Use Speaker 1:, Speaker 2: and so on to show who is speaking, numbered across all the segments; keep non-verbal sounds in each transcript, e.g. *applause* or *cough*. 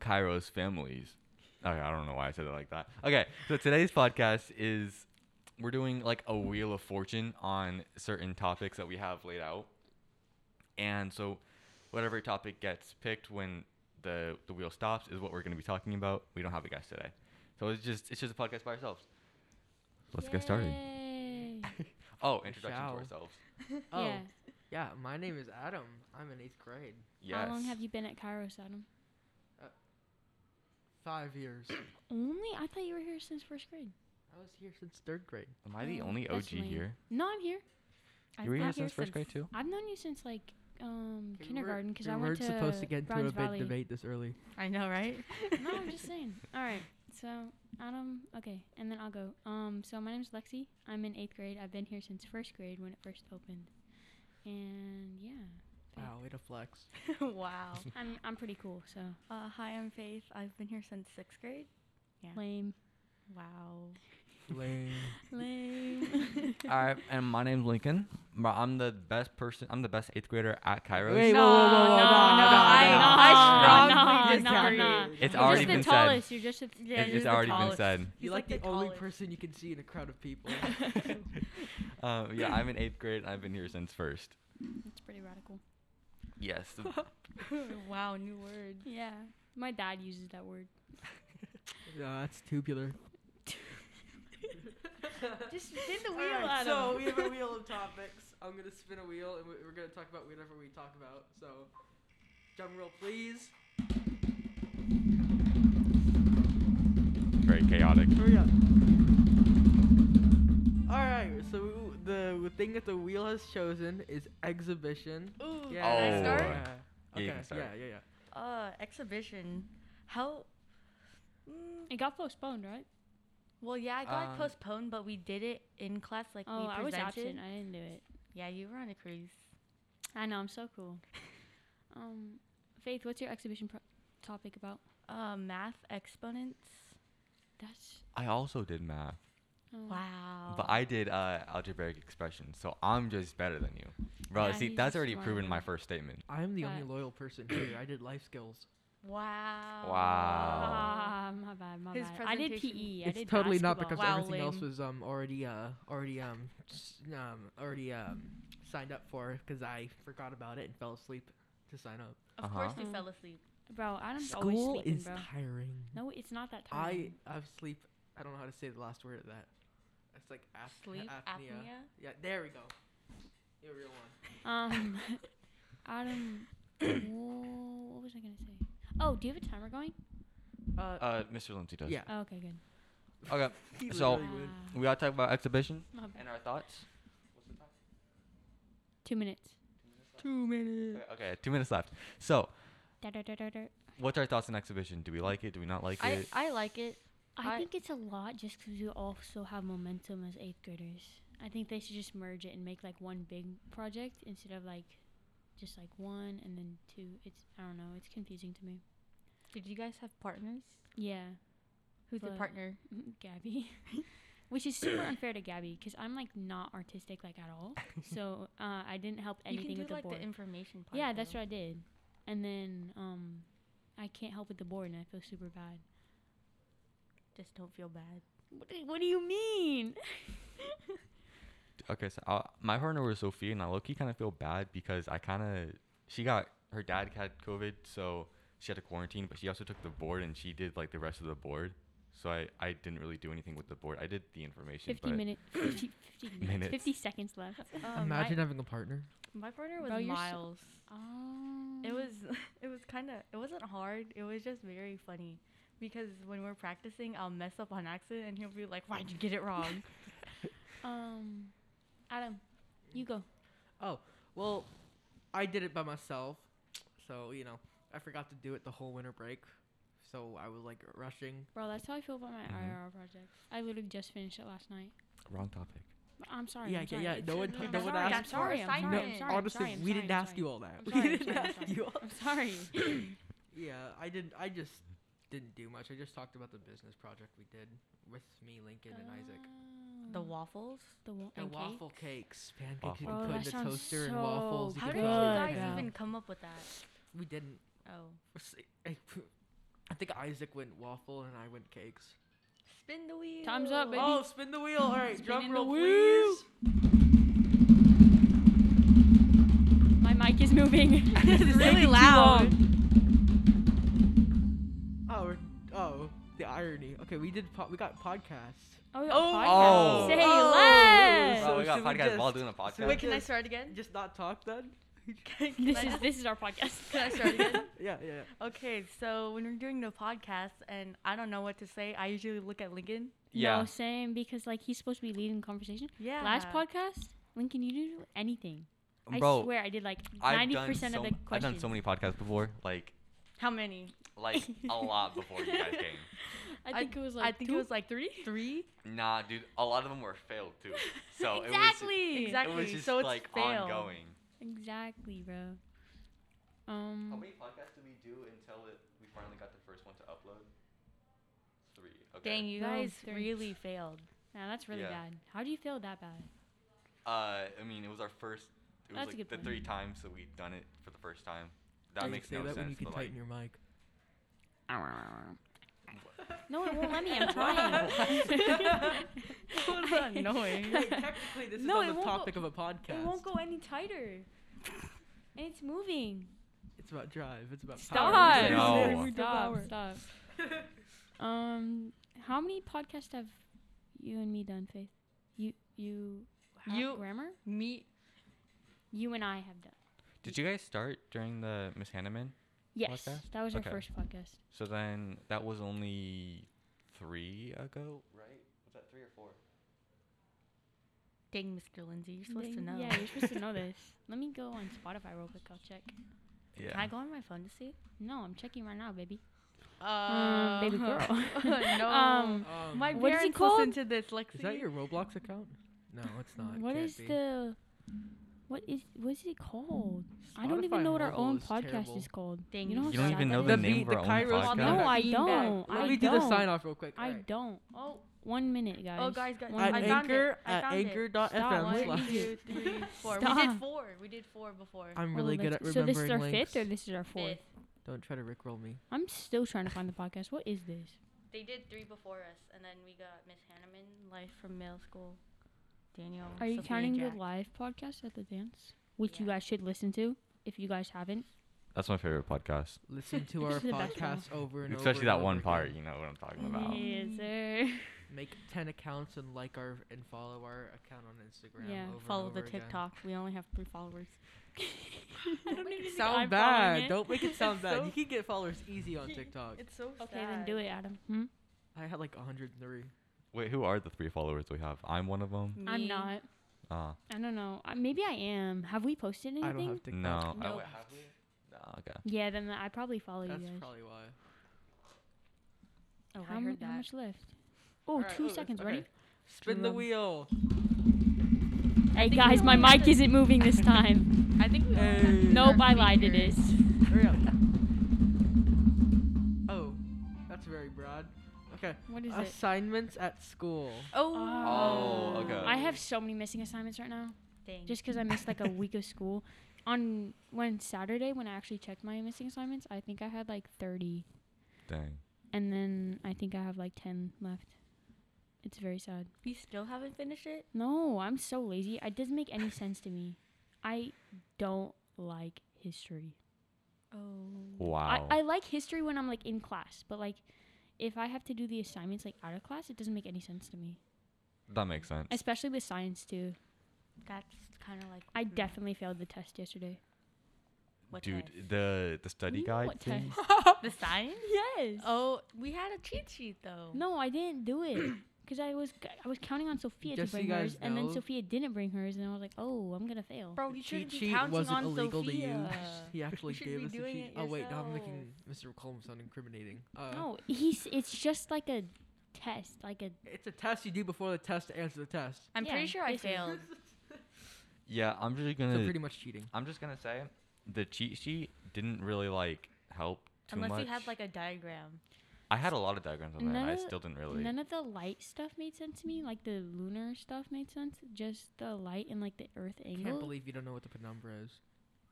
Speaker 1: Kairos families. Okay, I don't know why I said it like that. Okay, so today's podcast is we're doing like a wheel of fortune on certain topics that we have laid out. And so whatever topic gets picked when the the wheel stops is what we're going to be talking about. We don't have a guest today. So it's just it's just a podcast by ourselves. Let's get started.
Speaker 2: *laughs*
Speaker 3: Yay.
Speaker 1: Oh, introduction
Speaker 2: shall.
Speaker 1: to ourselves.
Speaker 2: Oh,
Speaker 3: yeah.
Speaker 2: yeah. My name is Adam. I'm in eighth grade.
Speaker 1: Yes.
Speaker 3: How long have you been at Kairos, Adam?
Speaker 2: Five years.
Speaker 3: Only? I thought you were here since first grade.
Speaker 2: I was here since third grade.
Speaker 1: Am I the
Speaker 3: Oh,
Speaker 1: only OG
Speaker 3: that's lame.
Speaker 1: here?
Speaker 3: No, I'm here. I've
Speaker 1: You were
Speaker 3: been
Speaker 1: here since first grade too?
Speaker 3: I've known you since like um,
Speaker 2: Okay, we weren't-
Speaker 3: kindergarten because
Speaker 2: we
Speaker 3: I
Speaker 2: weren't
Speaker 3: went to
Speaker 2: supposed to get into
Speaker 3: Browns
Speaker 2: a big
Speaker 3: Valley.
Speaker 2: debate
Speaker 3: *laughs*
Speaker 2: this early.
Speaker 4: I know, right?
Speaker 3: no, I'm
Speaker 2: *laughs*
Speaker 3: just saying. All right. So, Adam, okay, and then I'll go. Um, so my name's Lexi. I'm in eighth grade. I've been here since first grade when it first opened, and yeah,
Speaker 1: *laughs*
Speaker 2: Wow, way to flex.
Speaker 4: *laughs* wow.
Speaker 3: I'm I'm pretty cool. So
Speaker 4: Uh, hi, I'm Faith. I've been here since sixth grade. Yeah.
Speaker 3: lame,
Speaker 4: *laughs* Wow.
Speaker 2: Lame. *laughs*
Speaker 3: lame.
Speaker 1: All right, and my name's Lincoln. But I'm the best person. I'm the best eighth grader at Kairos.
Speaker 2: Wait, whoa, whoa, whoa, whoa,
Speaker 3: no,
Speaker 2: no,
Speaker 3: no,
Speaker 2: no,
Speaker 4: I-
Speaker 3: no,
Speaker 4: I strongly
Speaker 3: no, no,
Speaker 4: disagree.
Speaker 3: no.
Speaker 1: It's
Speaker 3: You're
Speaker 1: already
Speaker 3: just the
Speaker 1: been said.
Speaker 3: tallest. You're just the
Speaker 4: Yeah,
Speaker 1: it's
Speaker 4: you're the
Speaker 1: already been
Speaker 4: tallest.
Speaker 1: said.
Speaker 2: You're
Speaker 4: He's
Speaker 2: like,
Speaker 4: like
Speaker 2: the,
Speaker 4: the
Speaker 2: only
Speaker 4: tallest.
Speaker 2: person you can see in a crowd
Speaker 3: *laughs*
Speaker 2: of people. *laughs*
Speaker 1: Um, yeah, I'm in eighth grade. and I've been here since first.
Speaker 3: It's pretty radical.
Speaker 1: Yes. *laughs*
Speaker 4: *laughs* wow, new word. *laughs*
Speaker 3: Yeah, my dad uses that word.
Speaker 2: no, that's tubular.
Speaker 3: Just spin the
Speaker 2: All
Speaker 3: wheel,
Speaker 2: right,
Speaker 3: Adam.
Speaker 2: So we
Speaker 3: *laughs*
Speaker 2: have a wheel of topics. I'm gonna spin a wheel, and we- we're gonna talk about whatever we talk about. So, drum roll, please.
Speaker 1: Very chaotic.
Speaker 2: Hurry up. All right. So the thing that the wheel has chosen is exhibition.
Speaker 4: *laughs* Ooh,
Speaker 1: can
Speaker 2: Yeah.
Speaker 4: can
Speaker 1: I
Speaker 4: I
Speaker 1: Oh. start?
Speaker 4: start?
Speaker 2: Yeah.
Speaker 1: Yeah,
Speaker 2: Okay.
Speaker 1: you
Speaker 2: Yeah,
Speaker 1: can start.
Speaker 2: yeah, yeah.
Speaker 4: Uh, exhibition. How? Mm,
Speaker 3: It got postponed, right?
Speaker 4: well, yeah, I got
Speaker 1: Um,
Speaker 4: postponed, but we did it in class. Like we
Speaker 3: Oh,
Speaker 4: presented.
Speaker 3: I was absent. I didn't do it.
Speaker 4: Yeah, you were on a cruise.
Speaker 3: I know. I'm so *laughs* cool. Um, Faith, what's your exhibition pro- topic about?
Speaker 4: Uh, math exponents.
Speaker 3: That's
Speaker 1: I also did math,
Speaker 3: oh.
Speaker 4: Wow.
Speaker 1: but I did uh, algebraic expressions, so I'm just better than you, bro.
Speaker 3: Yeah,
Speaker 1: see,
Speaker 3: he's
Speaker 1: that's
Speaker 3: just
Speaker 1: already proven my
Speaker 3: smarter.
Speaker 1: first statement.
Speaker 2: I'm the
Speaker 3: But-
Speaker 2: only loyal person here. I did life skills.
Speaker 4: wow.
Speaker 1: Wow.
Speaker 3: Ah, my bad, my
Speaker 4: His
Speaker 3: bad. I did
Speaker 4: presentation-
Speaker 3: PE. I
Speaker 2: it's
Speaker 3: did
Speaker 2: totally not because
Speaker 3: basketball.
Speaker 4: Wow,
Speaker 2: everything else
Speaker 4: lame.
Speaker 2: was um already uh already um s- um already um signed up for because I forgot about it and fell asleep to sign up.
Speaker 4: Of
Speaker 1: Uh-huh.
Speaker 4: course,
Speaker 2: Hmm.
Speaker 4: you
Speaker 3: Mm.
Speaker 4: fell asleep.
Speaker 3: Bro, Adam's always
Speaker 2: School
Speaker 3: sleeping,
Speaker 2: is
Speaker 3: bro.
Speaker 2: tiring.
Speaker 3: No, it's not that
Speaker 2: I
Speaker 3: time.
Speaker 2: I sleep. I don't know how to say the last word of that. It's like ap-
Speaker 4: Sleep
Speaker 2: apnea. Yeah, there we go. You're a real one.
Speaker 3: *laughs* Um, Adam, whoa, what was I gonna say? Oh, do you have a timer going?
Speaker 2: Uh,
Speaker 1: Uh, Mr. Lindsay does.
Speaker 2: yeah.
Speaker 3: Oh, okay, good.
Speaker 1: Okay,
Speaker 2: He
Speaker 1: so-
Speaker 2: literally would.
Speaker 1: we gotta talk about exhibition
Speaker 3: Ah, My bad.
Speaker 1: and our thoughts. What's the time?
Speaker 3: Two minutes.
Speaker 2: two minutes.
Speaker 1: Okay, okay, two minutes left. So,
Speaker 3: Da, da, da, da, da.
Speaker 1: what's our thoughts on exhibition? Do we like it? Do we not like
Speaker 4: I,
Speaker 1: it?
Speaker 4: I like it.
Speaker 3: I,
Speaker 4: I-
Speaker 3: think it's a lot just because we also have momentum as eighth graders. I think they should just merge it and make like one big project instead of like just like one and then two. It's I don't know. It's confusing to me.
Speaker 4: Did you guys have partners?
Speaker 3: Yeah,
Speaker 4: Who's your
Speaker 3: But-
Speaker 4: partner?
Speaker 3: *laughs* Gabby, *laughs* which is *coughs* super unfair to Gabby because I'm like not artistic like at *laughs* all. so uh, I didn't help anything
Speaker 4: you can
Speaker 3: with
Speaker 4: do
Speaker 3: the
Speaker 4: like
Speaker 3: board.
Speaker 4: the information part.
Speaker 3: yeah, that's
Speaker 4: though.
Speaker 3: what I did. And then um, I can't help with the board and I feel super bad.
Speaker 4: Just don't feel bad.
Speaker 3: What do, what do you mean?
Speaker 1: okay, so uh, my partner was Sophia, and I low-key kind of feel bad because I kind of she got her dad had COVID, so she had to quarantine, but she also took the board and she did like the rest of the board. So I I didn't really do anything with the board. I did the information.
Speaker 3: 50
Speaker 1: but *clears throat*
Speaker 3: minutes, 50, 50 minutes,
Speaker 1: Minutes.
Speaker 3: 50 seconds left.
Speaker 2: Imagine having a partner.
Speaker 4: Um, my, partner was
Speaker 3: Bro, you're so-
Speaker 4: Miles.
Speaker 3: Oh.
Speaker 4: it was *laughs* it was kind of it wasn't hard. It was just very funny because when we're practicing, I'll mess up on accident, and he'll be like, "Why'd you get it
Speaker 3: *laughs*
Speaker 4: wrong?"
Speaker 3: um, Adam, you go.
Speaker 2: Well, I did it by myself, so you know I forgot to do it the whole winter break, so I was like rushing.
Speaker 3: Bro, that's how I feel about my
Speaker 1: Mhm.
Speaker 3: IRR project. I literally just finished it last night.
Speaker 1: Wrong topic.
Speaker 3: But I'm sorry.
Speaker 2: Yeah,
Speaker 3: I'm
Speaker 2: yeah,
Speaker 3: sorry.
Speaker 2: yeah,
Speaker 3: It's-
Speaker 2: no one-
Speaker 3: I'm
Speaker 2: no one
Speaker 3: sorry, I'm
Speaker 4: asked for
Speaker 3: sorry.
Speaker 4: it.
Speaker 3: I'm sorry.
Speaker 4: No,
Speaker 3: I'm sorry. I'm
Speaker 2: honestly,
Speaker 3: sorry, I'm
Speaker 2: we didn't
Speaker 3: sorry, I'm
Speaker 2: ask you all that.
Speaker 3: I'm
Speaker 2: *laughs* we
Speaker 3: sorry, I'm
Speaker 2: didn't
Speaker 3: sorry, I'm
Speaker 2: ask
Speaker 3: sorry.
Speaker 2: you all.
Speaker 3: sorry. I'm sorry.
Speaker 2: Yeah, I didn't. I just didn't do much. I just talked about the business project we did with me, Lincoln, and Isaac.
Speaker 4: the
Speaker 3: Oh.
Speaker 4: waffles.
Speaker 3: The, wa-
Speaker 2: The
Speaker 3: and cake?
Speaker 2: waffle cakes, pancakes
Speaker 1: Waffle
Speaker 2: you
Speaker 1: cakes.
Speaker 2: put
Speaker 1: Oh,
Speaker 2: in the
Speaker 3: that sounds
Speaker 2: toaster and
Speaker 3: so
Speaker 2: waffles. you
Speaker 4: How
Speaker 2: could
Speaker 4: did you
Speaker 2: put in the
Speaker 3: Good.
Speaker 4: guys
Speaker 2: oven.
Speaker 4: even come up with that?
Speaker 2: We didn't.
Speaker 4: Oh,
Speaker 2: We're s- I- think Isaac went waffle and I went cakes.
Speaker 4: Spin the wheel.
Speaker 3: Time's up, baby.
Speaker 2: Oh, spin the wheel! All right, drum
Speaker 3: Spinning the
Speaker 2: roll,
Speaker 3: wheel.
Speaker 2: please. *laughs*
Speaker 3: My mic is moving.
Speaker 2: *laughs*
Speaker 4: It's
Speaker 3: This is taking
Speaker 4: really
Speaker 3: too
Speaker 4: loud.
Speaker 3: long.
Speaker 2: Oh, we're, oh, the irony. Okay, we did. Po- we got podcasts.
Speaker 3: Oh, we got
Speaker 2: Oh.
Speaker 3: podcast.
Speaker 1: Oh.
Speaker 3: Say
Speaker 2: Oh.
Speaker 3: less.
Speaker 1: Wow,
Speaker 2: So
Speaker 1: Oh, we got
Speaker 2: should we
Speaker 1: podcast while
Speaker 2: just-
Speaker 1: doing a
Speaker 2: should
Speaker 1: podcast.
Speaker 2: we
Speaker 4: Wait, can I
Speaker 2: Just-
Speaker 4: start again?
Speaker 2: Just not talk then.
Speaker 4: Can- can
Speaker 3: This
Speaker 4: I
Speaker 3: is
Speaker 4: just-
Speaker 3: this is our podcast.
Speaker 4: Can I start again?
Speaker 2: *laughs* Yeah, yeah. yeah.
Speaker 4: Okay, so when we're doing the podcast and I don't know what to say, I usually look at Lincoln.
Speaker 1: *laughs* Yeah.
Speaker 3: No, same because like he's supposed to be leading the conversation.
Speaker 4: Yeah.
Speaker 3: Last podcast, Lincoln, you didn't do anything. I
Speaker 1: Um, Bro,
Speaker 3: swear I did like
Speaker 1: I've
Speaker 3: ninety
Speaker 1: done,
Speaker 3: percent
Speaker 1: so,
Speaker 3: of the questions.
Speaker 1: I've done so many podcasts before, like
Speaker 4: How many?
Speaker 3: *laughs*
Speaker 1: like a lot before you guys came.
Speaker 3: I think it was like
Speaker 4: I think
Speaker 3: two?
Speaker 4: it was like three. Three.
Speaker 1: Nah, dude, a lot of them were failed too. So
Speaker 3: *laughs*
Speaker 1: it was
Speaker 4: exactly.
Speaker 1: it
Speaker 4: exactly.
Speaker 1: was just
Speaker 4: so it's
Speaker 1: like
Speaker 4: fail.
Speaker 1: ongoing.
Speaker 3: exactly, bro. Um,
Speaker 1: How many podcasts did we do until it, we finally got the first one to upload? Three. Okay.
Speaker 4: Dang, you
Speaker 3: No,
Speaker 4: guys
Speaker 3: three.
Speaker 4: really
Speaker 3: *laughs*
Speaker 4: failed.
Speaker 3: nah, that's really
Speaker 1: Yeah.
Speaker 3: bad. How do you feel that bad?
Speaker 1: Uh, I mean, it was our first. It was
Speaker 3: That's a
Speaker 1: like
Speaker 3: good
Speaker 1: the
Speaker 3: point.
Speaker 1: three times that we've done it for the first time. That
Speaker 2: Isaac,
Speaker 1: makes
Speaker 2: say
Speaker 1: no
Speaker 2: that When you
Speaker 1: sense. but
Speaker 2: can
Speaker 1: like,
Speaker 2: tighten your mic.
Speaker 3: No, it won't let me. *laughs* I'm trying.
Speaker 4: What that noise?
Speaker 2: *laughs* Wait, technically, this is
Speaker 3: No,
Speaker 2: on
Speaker 3: it
Speaker 2: the
Speaker 3: won't go-
Speaker 2: topic of a podcast.
Speaker 3: It won't go any tighter. And it's moving.
Speaker 2: It's about drive. It's about power.
Speaker 3: Stop. Um,
Speaker 1: No. No.
Speaker 3: Stop. Stop. *laughs* um, how many podcasts have you and me done, Faith? You, you, ha-
Speaker 4: *laughs* You-
Speaker 3: grammar.
Speaker 4: Me.
Speaker 3: You and I have done.
Speaker 1: did you guys start during the Miss Hanneman?
Speaker 3: Yes,
Speaker 1: Podcast?
Speaker 3: that was
Speaker 1: Okay.
Speaker 3: our first podcast.
Speaker 1: So then that was only three ago, right? Was that three or four?
Speaker 4: Dang, Mr. Lindsay, you're supposed to
Speaker 3: Dang,
Speaker 4: know.
Speaker 3: Yeah, you're supposed to know this. *laughs* Let me go on Spotify real quick. I'll check.
Speaker 1: Yeah.
Speaker 4: Can I go on my phone to
Speaker 3: *laughs*
Speaker 4: see?
Speaker 3: No, I'm checking right now, baby.
Speaker 4: *laughs* Uh,
Speaker 3: Um, baby girl.
Speaker 4: no.
Speaker 3: *laughs* Um,
Speaker 2: Um,
Speaker 4: my
Speaker 3: what is it
Speaker 4: parents listen
Speaker 3: called?
Speaker 4: to this, Lexi.
Speaker 2: is that your Roblox account? No, it's not.
Speaker 3: What
Speaker 2: Can't
Speaker 3: is
Speaker 2: be.
Speaker 3: the? What is what is it called? I don't
Speaker 2: Spotify
Speaker 3: even know what our
Speaker 2: mobile
Speaker 3: own
Speaker 2: is
Speaker 3: podcast
Speaker 2: terrible.
Speaker 3: is called.
Speaker 4: Dang,
Speaker 3: You don't
Speaker 4: you
Speaker 3: have
Speaker 1: you don't even
Speaker 3: to shout
Speaker 1: know
Speaker 3: that
Speaker 1: the
Speaker 3: out.
Speaker 2: The
Speaker 1: name
Speaker 2: beat-
Speaker 1: of our
Speaker 2: the
Speaker 1: own
Speaker 2: Kairos
Speaker 1: podcast.
Speaker 2: beat.
Speaker 3: No, I
Speaker 4: Feedback.
Speaker 3: don't.
Speaker 2: Let
Speaker 3: I
Speaker 2: me do
Speaker 3: don't.
Speaker 2: the sign off real quick.
Speaker 3: I
Speaker 2: Alright.
Speaker 3: don't.
Speaker 4: Oh,
Speaker 3: One minute, Oh, guys.
Speaker 4: guys, guys,
Speaker 3: One
Speaker 4: I
Speaker 2: At
Speaker 3: minute.
Speaker 4: found it.
Speaker 2: anchor
Speaker 4: I
Speaker 2: at
Speaker 4: found it.
Speaker 3: Stop.
Speaker 2: anchor.fm
Speaker 3: Why
Speaker 4: one,
Speaker 3: slash-
Speaker 4: two, three, four. *laughs* We
Speaker 3: Stop.
Speaker 4: did four. We did four before.
Speaker 2: I'm
Speaker 3: Oh,
Speaker 2: really
Speaker 3: let's
Speaker 2: good
Speaker 3: go-
Speaker 2: at remembering
Speaker 3: So this is our
Speaker 2: links.
Speaker 3: fifth or this is our fourth?
Speaker 4: Fifth.
Speaker 2: Don't try to rickroll me.
Speaker 3: I'm still trying to find the podcast. What is this?
Speaker 4: They did three before us, and then we got Miss Hanneman, Life from Middle School, Daniel.
Speaker 3: Are you
Speaker 4: Sophia,
Speaker 3: counting the
Speaker 4: Jack.
Speaker 3: live podcast at the dance, which you
Speaker 4: Yeah.
Speaker 3: guys should listen to if you guys haven't?
Speaker 1: That's my favorite podcast,
Speaker 2: Listen
Speaker 3: *laughs*
Speaker 2: to
Speaker 3: This
Speaker 2: our
Speaker 3: is the best one.
Speaker 2: podcast over and over.
Speaker 1: especially
Speaker 2: and
Speaker 1: that
Speaker 2: over
Speaker 1: one
Speaker 2: again.
Speaker 1: part. You know what I'm talking about.
Speaker 3: Yes,
Speaker 4: Mm.
Speaker 3: sir.
Speaker 2: Make ten accounts and like our and follow our account on Instagram.
Speaker 3: Yeah,
Speaker 2: over and
Speaker 4: Follow
Speaker 2: over
Speaker 4: the
Speaker 2: again.
Speaker 4: TikTok. We only have three followers.
Speaker 3: *laughs* I
Speaker 2: Don't
Speaker 3: don't
Speaker 2: make
Speaker 3: even
Speaker 2: it
Speaker 3: think
Speaker 2: *laughs* sound
Speaker 3: I'm following
Speaker 2: bad.
Speaker 3: it.
Speaker 2: Don't make
Speaker 3: *laughs*
Speaker 2: it sound bad.
Speaker 4: So-
Speaker 2: You can get followers easy on TikTok.
Speaker 4: It's so
Speaker 3: Okay, then do it, Adam. Hmm?
Speaker 2: I had like 103.
Speaker 1: Wait, who are the three followers we have? I'm one of them.
Speaker 3: I'm not.
Speaker 1: Uh,
Speaker 3: I don't know. I, maybe I am. Have we posted anything?
Speaker 2: I don't have TikTok.
Speaker 1: no.
Speaker 4: Nope.
Speaker 1: wait, have we? No, okay.
Speaker 3: Yeah, then I probably follow
Speaker 2: That's
Speaker 3: you guys.
Speaker 2: probably why.
Speaker 4: Oh,
Speaker 3: how,
Speaker 4: I
Speaker 3: mu-
Speaker 4: heard
Speaker 3: how
Speaker 4: that.
Speaker 3: much left? Oh, two
Speaker 2: Alright, ooh,
Speaker 3: seconds.
Speaker 2: okay.
Speaker 3: Ready?
Speaker 2: Spin the
Speaker 3: Drum.
Speaker 2: wheel.
Speaker 3: *laughs* Hey
Speaker 4: think we
Speaker 3: guys, my
Speaker 4: only have
Speaker 3: mic
Speaker 4: to-
Speaker 3: isn't moving this *laughs* time.
Speaker 4: I think we.
Speaker 2: Hey.
Speaker 3: nope, I lied to this.
Speaker 2: Hurry up. Oh, that's very broad. Okay.
Speaker 3: What is it?
Speaker 2: Assignments at school.
Speaker 4: *laughs* Oh.
Speaker 1: Oh, okay.
Speaker 3: I have so many missing assignments right now.
Speaker 4: Dang.
Speaker 3: Just because I missed like a week of school. On when Saturday, when I actually checked my missing assignments, I think I had like 30,
Speaker 1: Dang.
Speaker 3: and then I think I have like 10 left. It's very sad.
Speaker 4: you still haven't finished it.
Speaker 3: No, I'm so lazy. It doesn't make any sense to me. I don't like history.
Speaker 4: Oh.
Speaker 1: Wow.
Speaker 3: I, I like history when I'm like in class, but like if I have to do the assignments like out of class, it doesn't make any sense to me.
Speaker 1: that makes sense.
Speaker 3: Especially with science too.
Speaker 4: That's kind of like.
Speaker 3: I
Speaker 2: Mm.
Speaker 4: hmm,
Speaker 3: definitely failed the test yesterday.
Speaker 4: what
Speaker 1: Dude,
Speaker 4: test?
Speaker 1: the the study
Speaker 3: You know
Speaker 1: guide
Speaker 3: what
Speaker 1: thing.
Speaker 3: test?
Speaker 4: *laughs* The science.
Speaker 3: Yes.
Speaker 4: Oh, we had a cheat sheet though.
Speaker 3: No, I didn't do
Speaker 2: *clears throat*
Speaker 3: it because I was c- I was counting on Sophia
Speaker 2: Just
Speaker 3: to
Speaker 2: so you
Speaker 3: bring hers,
Speaker 2: guys
Speaker 3: and then
Speaker 2: know-
Speaker 3: Sophia didn't bring hers, and I was like, oh, I'm gonna fail.
Speaker 4: Bro,
Speaker 2: The
Speaker 4: you
Speaker 2: cheat
Speaker 4: shouldn't be
Speaker 2: sheet
Speaker 4: counting
Speaker 2: wasn't
Speaker 4: on
Speaker 2: illegal
Speaker 4: Sophia.
Speaker 2: to use.
Speaker 4: *laughs*
Speaker 2: He actually
Speaker 4: should
Speaker 2: gave
Speaker 4: be
Speaker 2: us the
Speaker 4: doing
Speaker 2: cheat.
Speaker 4: it
Speaker 2: Oh wait, now I'm making Mr.
Speaker 4: yourself.
Speaker 2: McCollum sound incriminating. Uh,
Speaker 3: no, he's it's just like a test, like a
Speaker 2: It's a test you do before the test to answer the test.
Speaker 4: I'm
Speaker 3: Yeah,
Speaker 4: pretty sure I
Speaker 3: basically.
Speaker 4: *laughs* failed.
Speaker 1: Yeah, I'm just
Speaker 2: So
Speaker 1: gonna.
Speaker 2: pretty much cheating.
Speaker 1: I'm just gonna say the cheat sheet didn't really like help too
Speaker 4: Unless
Speaker 1: much.
Speaker 4: you had like
Speaker 2: *laughs*
Speaker 4: a diagram.
Speaker 1: I had a lot of diagrams on there. and I
Speaker 3: None of-
Speaker 1: still didn't really.
Speaker 3: None of the light stuff made sense to me. Like the lunar stuff made sense. Just the light and like the Earth
Speaker 2: I
Speaker 3: angle.
Speaker 2: can't believe you don't know what the penumbra is.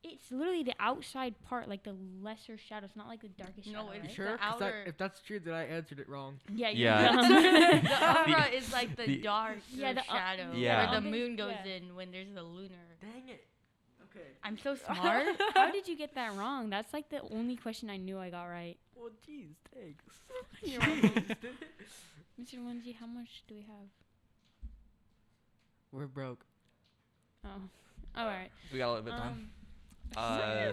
Speaker 3: It's literally the outside part, like the lesser shadows, not like the darkest
Speaker 4: No,
Speaker 3: shadow.
Speaker 4: it
Speaker 3: right?
Speaker 2: You
Speaker 4: the
Speaker 2: sure? 'Cause that-
Speaker 4: outer-
Speaker 2: if that's true, then I answered it wrong.
Speaker 3: Yeah, you
Speaker 1: Yeah. *laughs*
Speaker 2: *laughs*
Speaker 3: dumb.
Speaker 4: *laughs* the aura
Speaker 1: The-
Speaker 4: is like the,
Speaker 1: the-
Speaker 4: *laughs* dark
Speaker 3: Yeah, the-
Speaker 4: shadow
Speaker 1: yeah.
Speaker 4: where the
Speaker 3: Yeah.
Speaker 4: moon goes
Speaker 3: Yeah.
Speaker 4: in when there's the lunar.
Speaker 2: Dang it. Okay.
Speaker 4: I'm so *laughs* smart.
Speaker 3: How did you get that wrong? That's like the only question I knew I got right.
Speaker 2: Well, jeez, thanks.
Speaker 4: *laughs*
Speaker 3: You're welcome.
Speaker 2: Jeez.
Speaker 3: Mr. Lindsay, how much do we have?
Speaker 2: *laughs* We're broke.
Speaker 3: Oh, all right.
Speaker 1: We got a little bit of time.
Speaker 3: Um,
Speaker 1: Uh,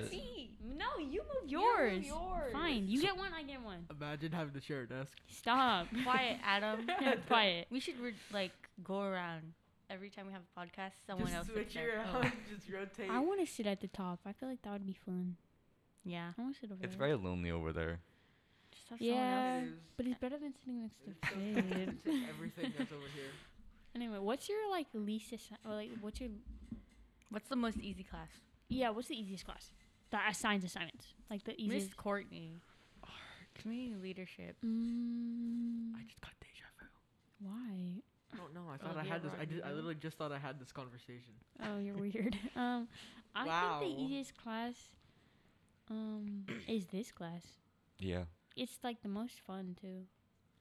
Speaker 3: no, you move
Speaker 4: yours.
Speaker 3: yours.
Speaker 4: *laughs*
Speaker 3: Fine, you get one, I get one.
Speaker 2: Imagine having to share a desk.
Speaker 1: *laughs*
Speaker 3: Stop. *laughs*
Speaker 4: Quiet, Adam. *laughs*
Speaker 3: Quiet.
Speaker 4: we should re- like go around every time we have a podcast. Someone
Speaker 2: Just
Speaker 4: else sits
Speaker 2: switch it
Speaker 4: there. Oh,
Speaker 2: around. *laughs* Just rotate.
Speaker 3: I want to sit at the top. I feel like that would be fun.
Speaker 4: Yeah.
Speaker 3: I want to sit over
Speaker 1: it's
Speaker 3: there.
Speaker 1: very lonely over there.
Speaker 4: Just have
Speaker 3: Yeah.
Speaker 2: *laughs*
Speaker 4: someone
Speaker 2: It
Speaker 4: else.
Speaker 2: is.
Speaker 3: But it's better than sitting next
Speaker 2: It's
Speaker 3: to
Speaker 2: so tempting
Speaker 3: Fade.
Speaker 2: to take everything that's over here.
Speaker 3: *laughs* anyway, what's your like least assi- or like what's your
Speaker 4: What's the most easy class?
Speaker 3: yeah? What's the easiest class that assigns assignments? Like the
Speaker 4: Miss
Speaker 3: easiest.
Speaker 4: Courtney. Community leadership.
Speaker 3: Mm,
Speaker 2: *laughs* I just got deja vu.
Speaker 3: why?
Speaker 2: I don't know. Oh, I thought I
Speaker 4: yeah,
Speaker 2: had this. I,
Speaker 4: right,
Speaker 2: just, I
Speaker 4: yeah.
Speaker 2: literally just thought I had this conversation.
Speaker 3: Oh, you're weird. *laughs* Um, I think
Speaker 2: Wow.
Speaker 3: the easiest class, um, is this class.
Speaker 1: Yeah.
Speaker 3: It's like the most fun too,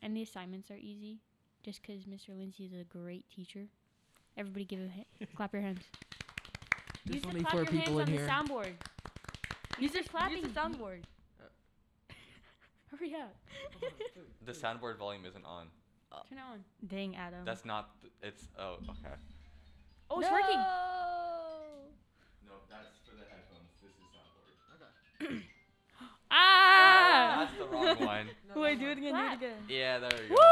Speaker 3: and the assignments are easy, just 'cause Mr. Lindsay is a great teacher. Everybody, give a ha- clap your hands.
Speaker 2: There's
Speaker 3: Use the
Speaker 2: only
Speaker 3: clap
Speaker 2: four
Speaker 3: your
Speaker 2: people
Speaker 3: hands on
Speaker 2: in here.
Speaker 3: the soundboard.
Speaker 4: Use
Speaker 3: the
Speaker 4: the
Speaker 3: clapping
Speaker 4: Use the
Speaker 3: y-
Speaker 4: soundboard.
Speaker 3: *laughs* Hurry up.
Speaker 1: The soundboard volume isn't on.
Speaker 3: Oh. Turn it on.
Speaker 4: Dang, Adam.
Speaker 1: That's not. It's. Oh, okay.
Speaker 3: Oh, it's working.
Speaker 1: No, that's for the headphones. This is soundboard.
Speaker 3: Ah!
Speaker 1: That's the
Speaker 3: *laughs*
Speaker 1: wrong one.
Speaker 4: Wait, do it again.
Speaker 3: Clap.
Speaker 4: Do it again.
Speaker 1: Yeah, there you go.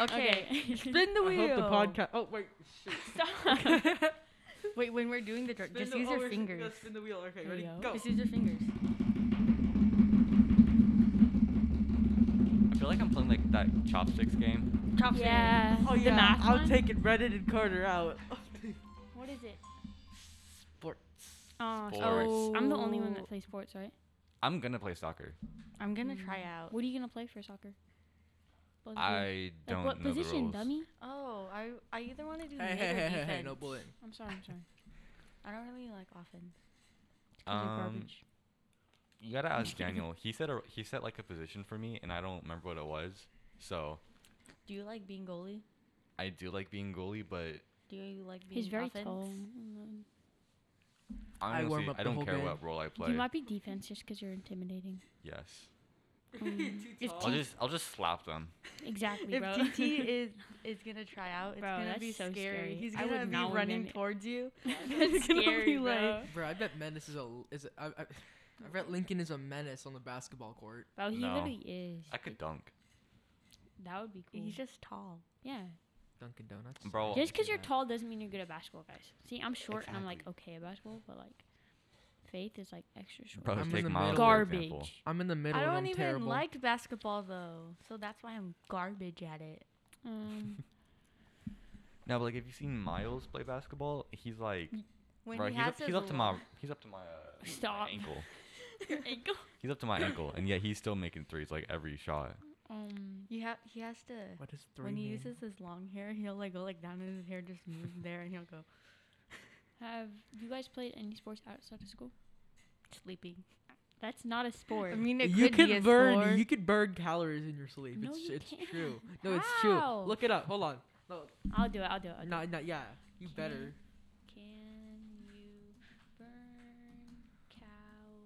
Speaker 4: Okay.
Speaker 3: *laughs* okay.
Speaker 4: Spin the
Speaker 2: I
Speaker 4: wheel.
Speaker 2: hope the podcast. Oh wait, *laughs* shit.
Speaker 3: Stop.
Speaker 4: *laughs* Wait, when we're doing the dr-
Speaker 2: Spin
Speaker 4: just
Speaker 2: the-
Speaker 4: use
Speaker 2: oh,
Speaker 4: your
Speaker 2: we're s- we gotta
Speaker 4: fingers.
Speaker 2: Spin the wheel. Okay,
Speaker 3: There
Speaker 2: ready?
Speaker 3: we go.
Speaker 2: Go.
Speaker 4: Just use your fingers.
Speaker 1: I feel like I'm playing like that chopsticks game.
Speaker 4: Chop fingers.
Speaker 3: Yeah.
Speaker 2: Oh yeah.
Speaker 3: The math
Speaker 2: I'm
Speaker 3: one?
Speaker 2: taking Reddit and Carter *laughs* out.
Speaker 3: What is it?
Speaker 2: Sports.
Speaker 3: Oh,
Speaker 1: Sports.
Speaker 3: sports. I'm the only one that
Speaker 4: Oh.
Speaker 3: plays sports, right? Mm.
Speaker 1: I'm gonna play soccer.
Speaker 4: I'm gonna try out.
Speaker 3: What are you gonna play for soccer? Both of you. Like,
Speaker 1: I don't
Speaker 3: what
Speaker 1: know the
Speaker 3: position,
Speaker 1: rules.
Speaker 3: dummy?
Speaker 4: Oh, I I either want to do
Speaker 2: Hey,
Speaker 4: mid
Speaker 2: hey,
Speaker 4: or
Speaker 2: hey, hey,
Speaker 4: defense.
Speaker 2: hey, no bullying.
Speaker 3: I'm sorry. I'm sorry.
Speaker 1: *laughs*
Speaker 4: I don't really like offense.
Speaker 3: 'Cause you're
Speaker 1: Um,
Speaker 3: garbage.
Speaker 1: You gotta *laughs* ask Daniel. He said a, he said like a position for me, and I don't remember what it was. So
Speaker 4: Do you like being goalie?
Speaker 1: I do like being goalie, but
Speaker 4: Do you like being
Speaker 3: He's very
Speaker 4: offense?
Speaker 3: tall. Mm,
Speaker 2: warm
Speaker 1: honestly,
Speaker 2: up
Speaker 1: I,
Speaker 2: the
Speaker 1: don't
Speaker 2: whole
Speaker 1: care
Speaker 2: day.
Speaker 1: what role I
Speaker 3: You
Speaker 1: play.
Speaker 3: might be defense just 'cause you're intimidating. *laughs* Um,
Speaker 1: Yes,
Speaker 2: Too
Speaker 3: if
Speaker 2: tall.
Speaker 1: I'll just I'll just slap them.
Speaker 3: Exactly,
Speaker 4: If
Speaker 3: bro. *laughs*
Speaker 4: TT *laughs* is is gonna try out, it's
Speaker 3: Bro,
Speaker 4: gonna
Speaker 3: that's
Speaker 4: be
Speaker 3: so
Speaker 4: scary.
Speaker 3: scary.
Speaker 4: He's
Speaker 3: I
Speaker 4: gonna
Speaker 3: would
Speaker 4: be
Speaker 3: not wanna
Speaker 4: running
Speaker 3: be-
Speaker 4: towards you.
Speaker 3: That's
Speaker 4: It's gonna
Speaker 3: scary,
Speaker 4: be like-
Speaker 3: bro.
Speaker 2: Bro, I bet menace is a l- is a, I, I, I bet Lincoln is a menace on the basketball court.
Speaker 3: Bro, he
Speaker 1: No.
Speaker 3: literally is.
Speaker 1: I could dunk,
Speaker 3: That would be cool.
Speaker 4: He's just tall.
Speaker 3: yeah.
Speaker 2: Dunkin' Donuts.
Speaker 1: bro.
Speaker 3: Just because
Speaker 2: Just because
Speaker 3: you're tall doesn't mean you're good at basketball, guys. See, I'm short and I'm like
Speaker 1: Exactly.
Speaker 3: okay at basketball, but like Faith is like extra short.
Speaker 1: Bro,
Speaker 2: I'm in
Speaker 1: take
Speaker 2: the
Speaker 1: Miles
Speaker 2: middle.
Speaker 1: for example.
Speaker 3: Garbage.
Speaker 2: I'm in the middle.
Speaker 4: I
Speaker 2: and
Speaker 4: don't
Speaker 2: I'm
Speaker 4: even
Speaker 2: terrible.
Speaker 4: like basketball though, so that's why I'm garbage at it.
Speaker 1: *laughs*
Speaker 3: Um,
Speaker 1: No, but like, have you seen Miles play basketball? He's like,
Speaker 4: When
Speaker 1: bro,
Speaker 4: he
Speaker 1: he's
Speaker 4: has
Speaker 1: up, he's
Speaker 4: his
Speaker 1: up to my
Speaker 4: lo-
Speaker 1: he's up to my, uh, my
Speaker 3: Stop.
Speaker 1: ankle.
Speaker 4: *laughs*
Speaker 3: your ankle.
Speaker 1: He's up to my ankle, and yet he's still making threes like every shot. *laughs*
Speaker 3: Um,
Speaker 4: you have he has to
Speaker 2: What is three?
Speaker 4: when he
Speaker 2: mean?
Speaker 4: uses his long hair, he'll like go like down and his hair just moves there and he'll go
Speaker 3: have you guys played any sports outside of school?
Speaker 4: sleeping.
Speaker 3: That's not a sport.
Speaker 4: I mean, it
Speaker 2: you
Speaker 4: could
Speaker 2: could
Speaker 4: be a
Speaker 2: burn
Speaker 4: sport.
Speaker 2: you could burn calories in your sleep.
Speaker 3: No,
Speaker 2: it's
Speaker 3: you
Speaker 2: it's
Speaker 3: can't.
Speaker 2: true. No, it's true.
Speaker 3: How?
Speaker 2: Look it up. Hold on. No,
Speaker 3: I'll do it. I'll do it. I'll do it.
Speaker 2: not not yeah. You better.
Speaker 3: Can you burn cow?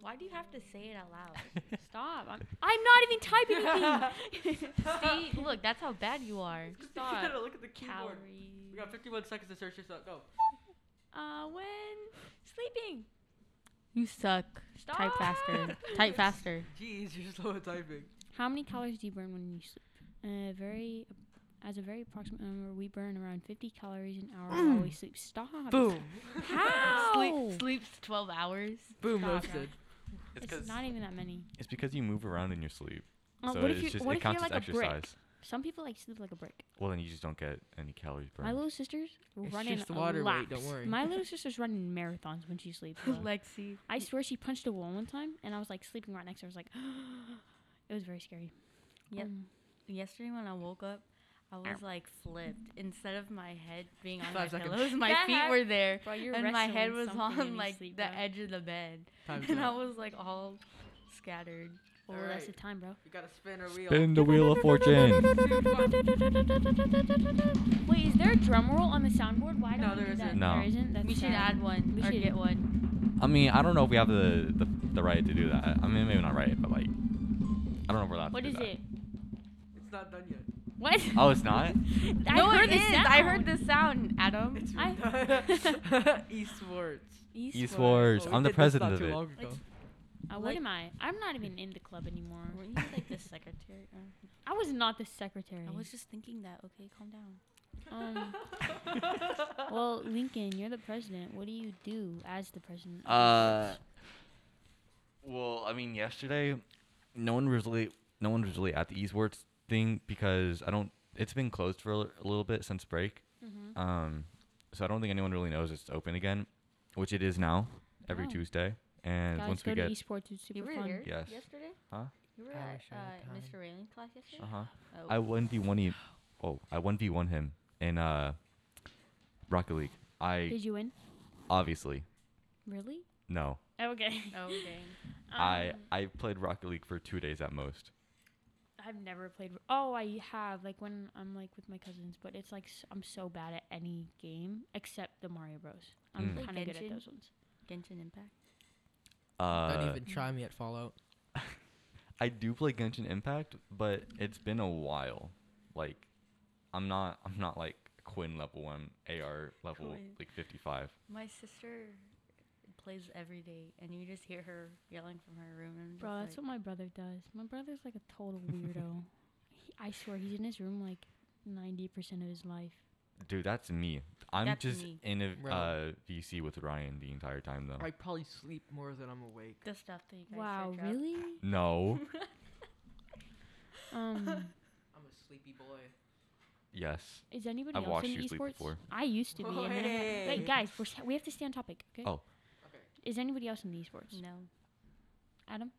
Speaker 4: Why do you have to say it out *laughs* loud?
Speaker 3: Stop!
Speaker 1: *laughs*
Speaker 3: I'm, I'm not even typing anything.
Speaker 4: *laughs* See, look, that's how bad you are.
Speaker 2: *laughs* You
Speaker 3: Stop.
Speaker 2: gotta look at the keyboard.
Speaker 3: Calories.
Speaker 2: We got 51 seconds to search this up. Go.
Speaker 3: Uh, when
Speaker 1: *laughs*
Speaker 3: sleeping.
Speaker 4: You suck.
Speaker 3: Stop.
Speaker 4: Type
Speaker 3: *laughs*
Speaker 4: faster. Type faster.
Speaker 2: Jeez, you're *laughs* slow at typing.
Speaker 3: How many calories do you burn when you sleep? Uh, very, as a very approximate number, we burn around 50 calories an hour while we sleep. Stop.
Speaker 2: Boom.
Speaker 3: How?
Speaker 4: Sleep, sleeps 12
Speaker 3: *gasps*
Speaker 4: hours.
Speaker 2: Boom
Speaker 3: Stop.
Speaker 2: roasted.
Speaker 1: It's,
Speaker 3: It's
Speaker 1: cause,
Speaker 3: not even that many.
Speaker 1: it's because you move around in your sleep,
Speaker 3: Uh,
Speaker 1: so
Speaker 3: what
Speaker 1: it's
Speaker 3: if you?
Speaker 1: just it
Speaker 3: what if you're
Speaker 1: counts as
Speaker 3: like a
Speaker 1: exercise.
Speaker 3: brick? Some people like sleep like a brick.
Speaker 1: Well, then you just don't get any calories
Speaker 3: My
Speaker 1: burned.
Speaker 3: little sister's
Speaker 2: It's
Speaker 3: running
Speaker 2: just the water
Speaker 3: laps.
Speaker 2: weight, don't worry.
Speaker 3: My little sister's running marathons when she sleeps. bro.
Speaker 4: *laughs* Lexi.
Speaker 3: I swear she punched a wall one time, and I was like sleeping right next to her. I was like, it was very scary.
Speaker 4: Yep.
Speaker 3: Um,
Speaker 4: Yesterday when I woke up, I was like flipped. Instead of my head being on
Speaker 2: Five
Speaker 4: my
Speaker 2: seconds.
Speaker 4: pillows, *laughs* my
Speaker 3: That
Speaker 4: feet
Speaker 3: hap-
Speaker 4: were there,
Speaker 3: Bro, you're
Speaker 4: and my head
Speaker 3: wrestling
Speaker 4: was
Speaker 3: something when
Speaker 4: on
Speaker 3: you
Speaker 4: like
Speaker 3: sleep,
Speaker 4: the
Speaker 3: bro.
Speaker 4: edge of the bed,
Speaker 3: *laughs*
Speaker 2: Time's
Speaker 4: *laughs* and I
Speaker 2: up.
Speaker 4: was like all scattered.
Speaker 3: Well,
Speaker 2: All
Speaker 3: that's the
Speaker 2: right.
Speaker 3: time, bro.
Speaker 2: We gotta spin a wheel.
Speaker 1: Spin the wheel of fortune.
Speaker 3: Wait, is there a drum roll on the soundboard? Why don't
Speaker 2: No,
Speaker 3: we
Speaker 2: there
Speaker 3: do that?
Speaker 2: isn't.
Speaker 1: No.
Speaker 3: There isn't. That's
Speaker 4: we should
Speaker 3: sad.
Speaker 4: add one
Speaker 3: We
Speaker 4: or
Speaker 3: should-
Speaker 4: get one.
Speaker 1: I mean, I don't know if we have the, the the right to do that. I mean, maybe not right, but like, I don't know if we're allowed
Speaker 3: What
Speaker 1: to
Speaker 3: is
Speaker 1: do that.
Speaker 3: it?
Speaker 2: It's not done yet.
Speaker 3: *laughs*
Speaker 4: *laughs*
Speaker 3: What?
Speaker 1: Oh, it's not.
Speaker 3: I
Speaker 4: no,
Speaker 3: heard
Speaker 4: it
Speaker 3: the
Speaker 4: is. I heard
Speaker 3: sound.
Speaker 4: the sound, Adam.
Speaker 2: It's
Speaker 3: I- *laughs*
Speaker 2: *laughs* done. Eastwards.
Speaker 1: Eastwards.
Speaker 2: Well, Oh, we
Speaker 1: I'm the
Speaker 2: did this not
Speaker 1: president of
Speaker 2: too
Speaker 1: it.
Speaker 2: long ago.
Speaker 4: It's-
Speaker 3: Uh, what
Speaker 4: Like-
Speaker 3: am I? I'm not even in the club anymore.
Speaker 4: Weren't you like the secretary?
Speaker 3: *laughs*
Speaker 4: Uh,
Speaker 3: I was not the secretary.
Speaker 4: I was just thinking that. Okay, calm down.
Speaker 2: *laughs*
Speaker 3: Um, well, Lincoln, you're the president. What do you do as the president? of
Speaker 1: Uh,
Speaker 3: Eastwards?
Speaker 1: well, I mean, yesterday, no one was really, no one was really at the Eastwards thing because I don't. It's been closed for a li- a little bit since break.
Speaker 3: Mhm.
Speaker 1: Um, so I don't think anyone really knows it's open again, which it is now every
Speaker 3: Oh.
Speaker 1: Tuesday. And
Speaker 3: Guys,
Speaker 1: once
Speaker 3: go
Speaker 1: we
Speaker 3: to
Speaker 1: get,
Speaker 3: esports. It's super
Speaker 4: You were
Speaker 3: fun.
Speaker 4: here
Speaker 1: Yes.
Speaker 4: yesterday?
Speaker 1: Huh?
Speaker 4: You were
Speaker 2: I
Speaker 4: at
Speaker 2: wish I
Speaker 4: uh,
Speaker 2: had time.
Speaker 4: Mr. Raylan's class yesterday?
Speaker 1: uh huh,
Speaker 4: Oh.
Speaker 1: I one v one. Oh, I one v one him in uh, Rocket League. I
Speaker 3: Did you win?
Speaker 1: obviously
Speaker 3: Really?
Speaker 1: no.
Speaker 3: Oh, okay. *laughs*
Speaker 4: Oh, dang.
Speaker 1: I
Speaker 3: Um,
Speaker 1: I played Rocket League for two days at most.
Speaker 3: I've never played. Oh, I have. Like when I'm like with my cousins, but it's like s- I'm so bad at any game except the Mario Bros. I'm
Speaker 1: Mm.
Speaker 4: Like
Speaker 3: kind of good at
Speaker 4: Genshin?
Speaker 3: those ones.
Speaker 4: Genshin Impact.
Speaker 1: Uh,
Speaker 2: Don't even try me at Fallout.
Speaker 1: I do play Genshin Impact, but it's been a while. Like, I'm not I'm not like Quinn level one, AR level
Speaker 4: Quinn.
Speaker 1: like 55.
Speaker 4: My sister plays every day, and you just hear her yelling from her room. And I'm
Speaker 3: Bro, that's
Speaker 4: just like,
Speaker 3: what my brother does. My brother's like a total
Speaker 4: *laughs*
Speaker 3: weirdo. he, I swear, he's in his room like 90% of his life.
Speaker 1: Dude, that's me. I'm
Speaker 4: That's
Speaker 1: just
Speaker 4: me.
Speaker 1: in a
Speaker 2: Bro.
Speaker 1: uh, VC with Ryan the entire time though.
Speaker 2: I probably sleep more than I'm awake.
Speaker 4: the stuff that you guys
Speaker 3: Wow,
Speaker 4: search up. *laughs*
Speaker 3: really?
Speaker 2: *laughs*
Speaker 1: No.
Speaker 3: Um,
Speaker 2: I'm a sleepy boy.
Speaker 1: yes.
Speaker 3: is anybody
Speaker 1: I've
Speaker 3: else
Speaker 1: watched
Speaker 3: in
Speaker 1: you sleep
Speaker 3: esports?
Speaker 1: before.
Speaker 3: I used to be. and then I got-
Speaker 2: Hey.
Speaker 3: Wait, guys, we're, s- we have to stay on topic. Okay.
Speaker 1: Oh.
Speaker 2: Okay.
Speaker 3: Is anybody else in esports?
Speaker 4: No.
Speaker 3: Adam?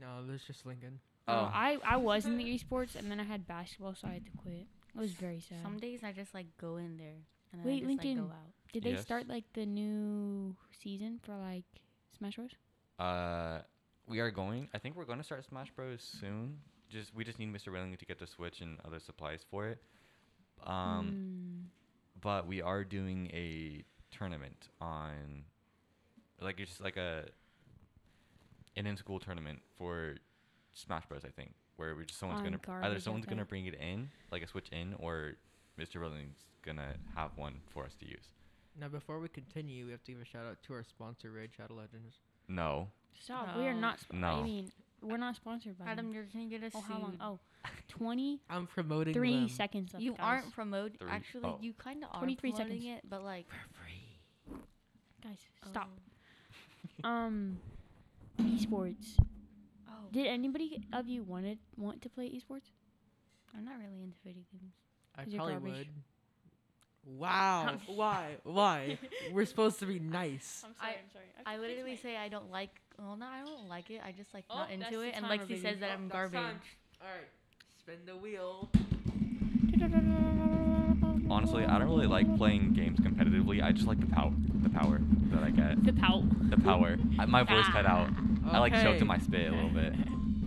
Speaker 2: No, there's just Lincoln.
Speaker 1: Oh.
Speaker 3: I I was
Speaker 4: *laughs*
Speaker 3: in the esports and then I had basketball, so I had to quit. It was very sad.
Speaker 4: Some days I just like go in there and then
Speaker 3: Wait,
Speaker 4: I just
Speaker 3: Lincoln.
Speaker 4: like go out.
Speaker 3: Did they
Speaker 1: Yes.
Speaker 3: start like the new season for like Smash Bros?
Speaker 1: Uh, we are going. I think we're going to start Smash Bros soon. Just we just need Mr. Railing to get the Switch and other supplies for it. Um.
Speaker 3: Mm.
Speaker 1: but we are doing a tournament on like it's just like a an in school tournament for Smash Bros. I think where we just someone's
Speaker 3: On
Speaker 1: gonna either
Speaker 3: garbage, I
Speaker 1: someone's gonna
Speaker 3: think.
Speaker 1: bring it in like a Switch in or Mr. Rowling's gonna have one for us to use.
Speaker 2: Now, before we continue, we have to give a shout out to our sponsor, Raid Shadow Legends.
Speaker 1: No,
Speaker 3: Stop. We are
Speaker 4: No.
Speaker 3: not. Sp- I
Speaker 1: No.
Speaker 3: mean, we're not sponsored by.
Speaker 4: Adam,
Speaker 3: them.
Speaker 4: you're gonna get us.
Speaker 3: oh, how long?
Speaker 4: sued. *laughs*
Speaker 3: Oh, 23
Speaker 2: I'm promoting them.
Speaker 3: seconds left.
Speaker 4: you
Speaker 3: guys.
Speaker 4: aren't promoting.
Speaker 1: Three-
Speaker 4: Actually,
Speaker 1: oh.
Speaker 4: you kind of are
Speaker 3: 23
Speaker 4: promoting
Speaker 3: seconds.
Speaker 4: it, but like
Speaker 3: Guys, stop.
Speaker 4: oh.
Speaker 3: Um, esports.
Speaker 4: Oh,
Speaker 3: Did anybody of you wanted want to play esports?
Speaker 4: I'm not really into video games.
Speaker 1: *laughs*
Speaker 2: I
Speaker 3: 'Cause you're
Speaker 2: probably would.
Speaker 3: garbage.
Speaker 2: Wow. Why? Why? We're supposed to be nice.
Speaker 3: I'm
Speaker 4: sorry,
Speaker 3: I'm sorry.
Speaker 4: I literally say I don't like. Well, no, I don't like it. I just like
Speaker 3: Oh,
Speaker 4: not
Speaker 3: that's
Speaker 4: into
Speaker 3: the
Speaker 4: it. And
Speaker 3: timer,
Speaker 4: Lexi
Speaker 3: baby.
Speaker 4: says that
Speaker 2: Oh,
Speaker 4: I'm
Speaker 2: that's
Speaker 4: garbage.
Speaker 2: time. All right. Spin the wheel.
Speaker 1: honestly, I don't really like playing games competitively. I just like the power, the power that I get,
Speaker 3: The pout.
Speaker 1: the power. I, my voice cut out. I like choked
Speaker 2: Okay.
Speaker 1: in my spit a little bit.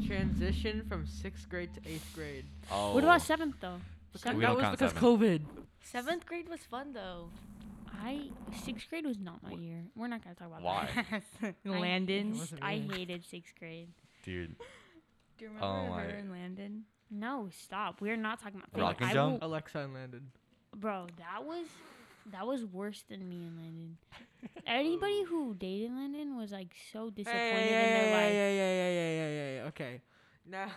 Speaker 2: Transition from sixth grade to eighth grade.
Speaker 1: Oh,
Speaker 3: What about seventh though?
Speaker 2: Because
Speaker 1: We
Speaker 2: that
Speaker 1: don't
Speaker 2: was
Speaker 1: count
Speaker 2: because
Speaker 1: seven.
Speaker 2: COVID.
Speaker 4: Seventh grade was
Speaker 3: *laughs*
Speaker 4: fun though.
Speaker 3: I sixth grade was not my year. We're not gonna talk about
Speaker 1: Why?
Speaker 3: that. I-
Speaker 4: Landon.
Speaker 2: wasn't
Speaker 3: I
Speaker 2: really.
Speaker 3: hated sixth grade.
Speaker 1: dude?
Speaker 4: Do you
Speaker 1: Oh,
Speaker 4: remember
Speaker 1: I-
Speaker 4: her and Landon?
Speaker 3: No, stop. We're not talking about
Speaker 1: Rock and
Speaker 3: I
Speaker 1: jump?
Speaker 3: will-
Speaker 2: Alexa and landed.
Speaker 3: bro, that was that was worse than me and Landon. Anybody who dated Landon was like so disappointed in their life.
Speaker 2: yeah, yeah, yeah, yeah, yeah, yeah. Okay. Now.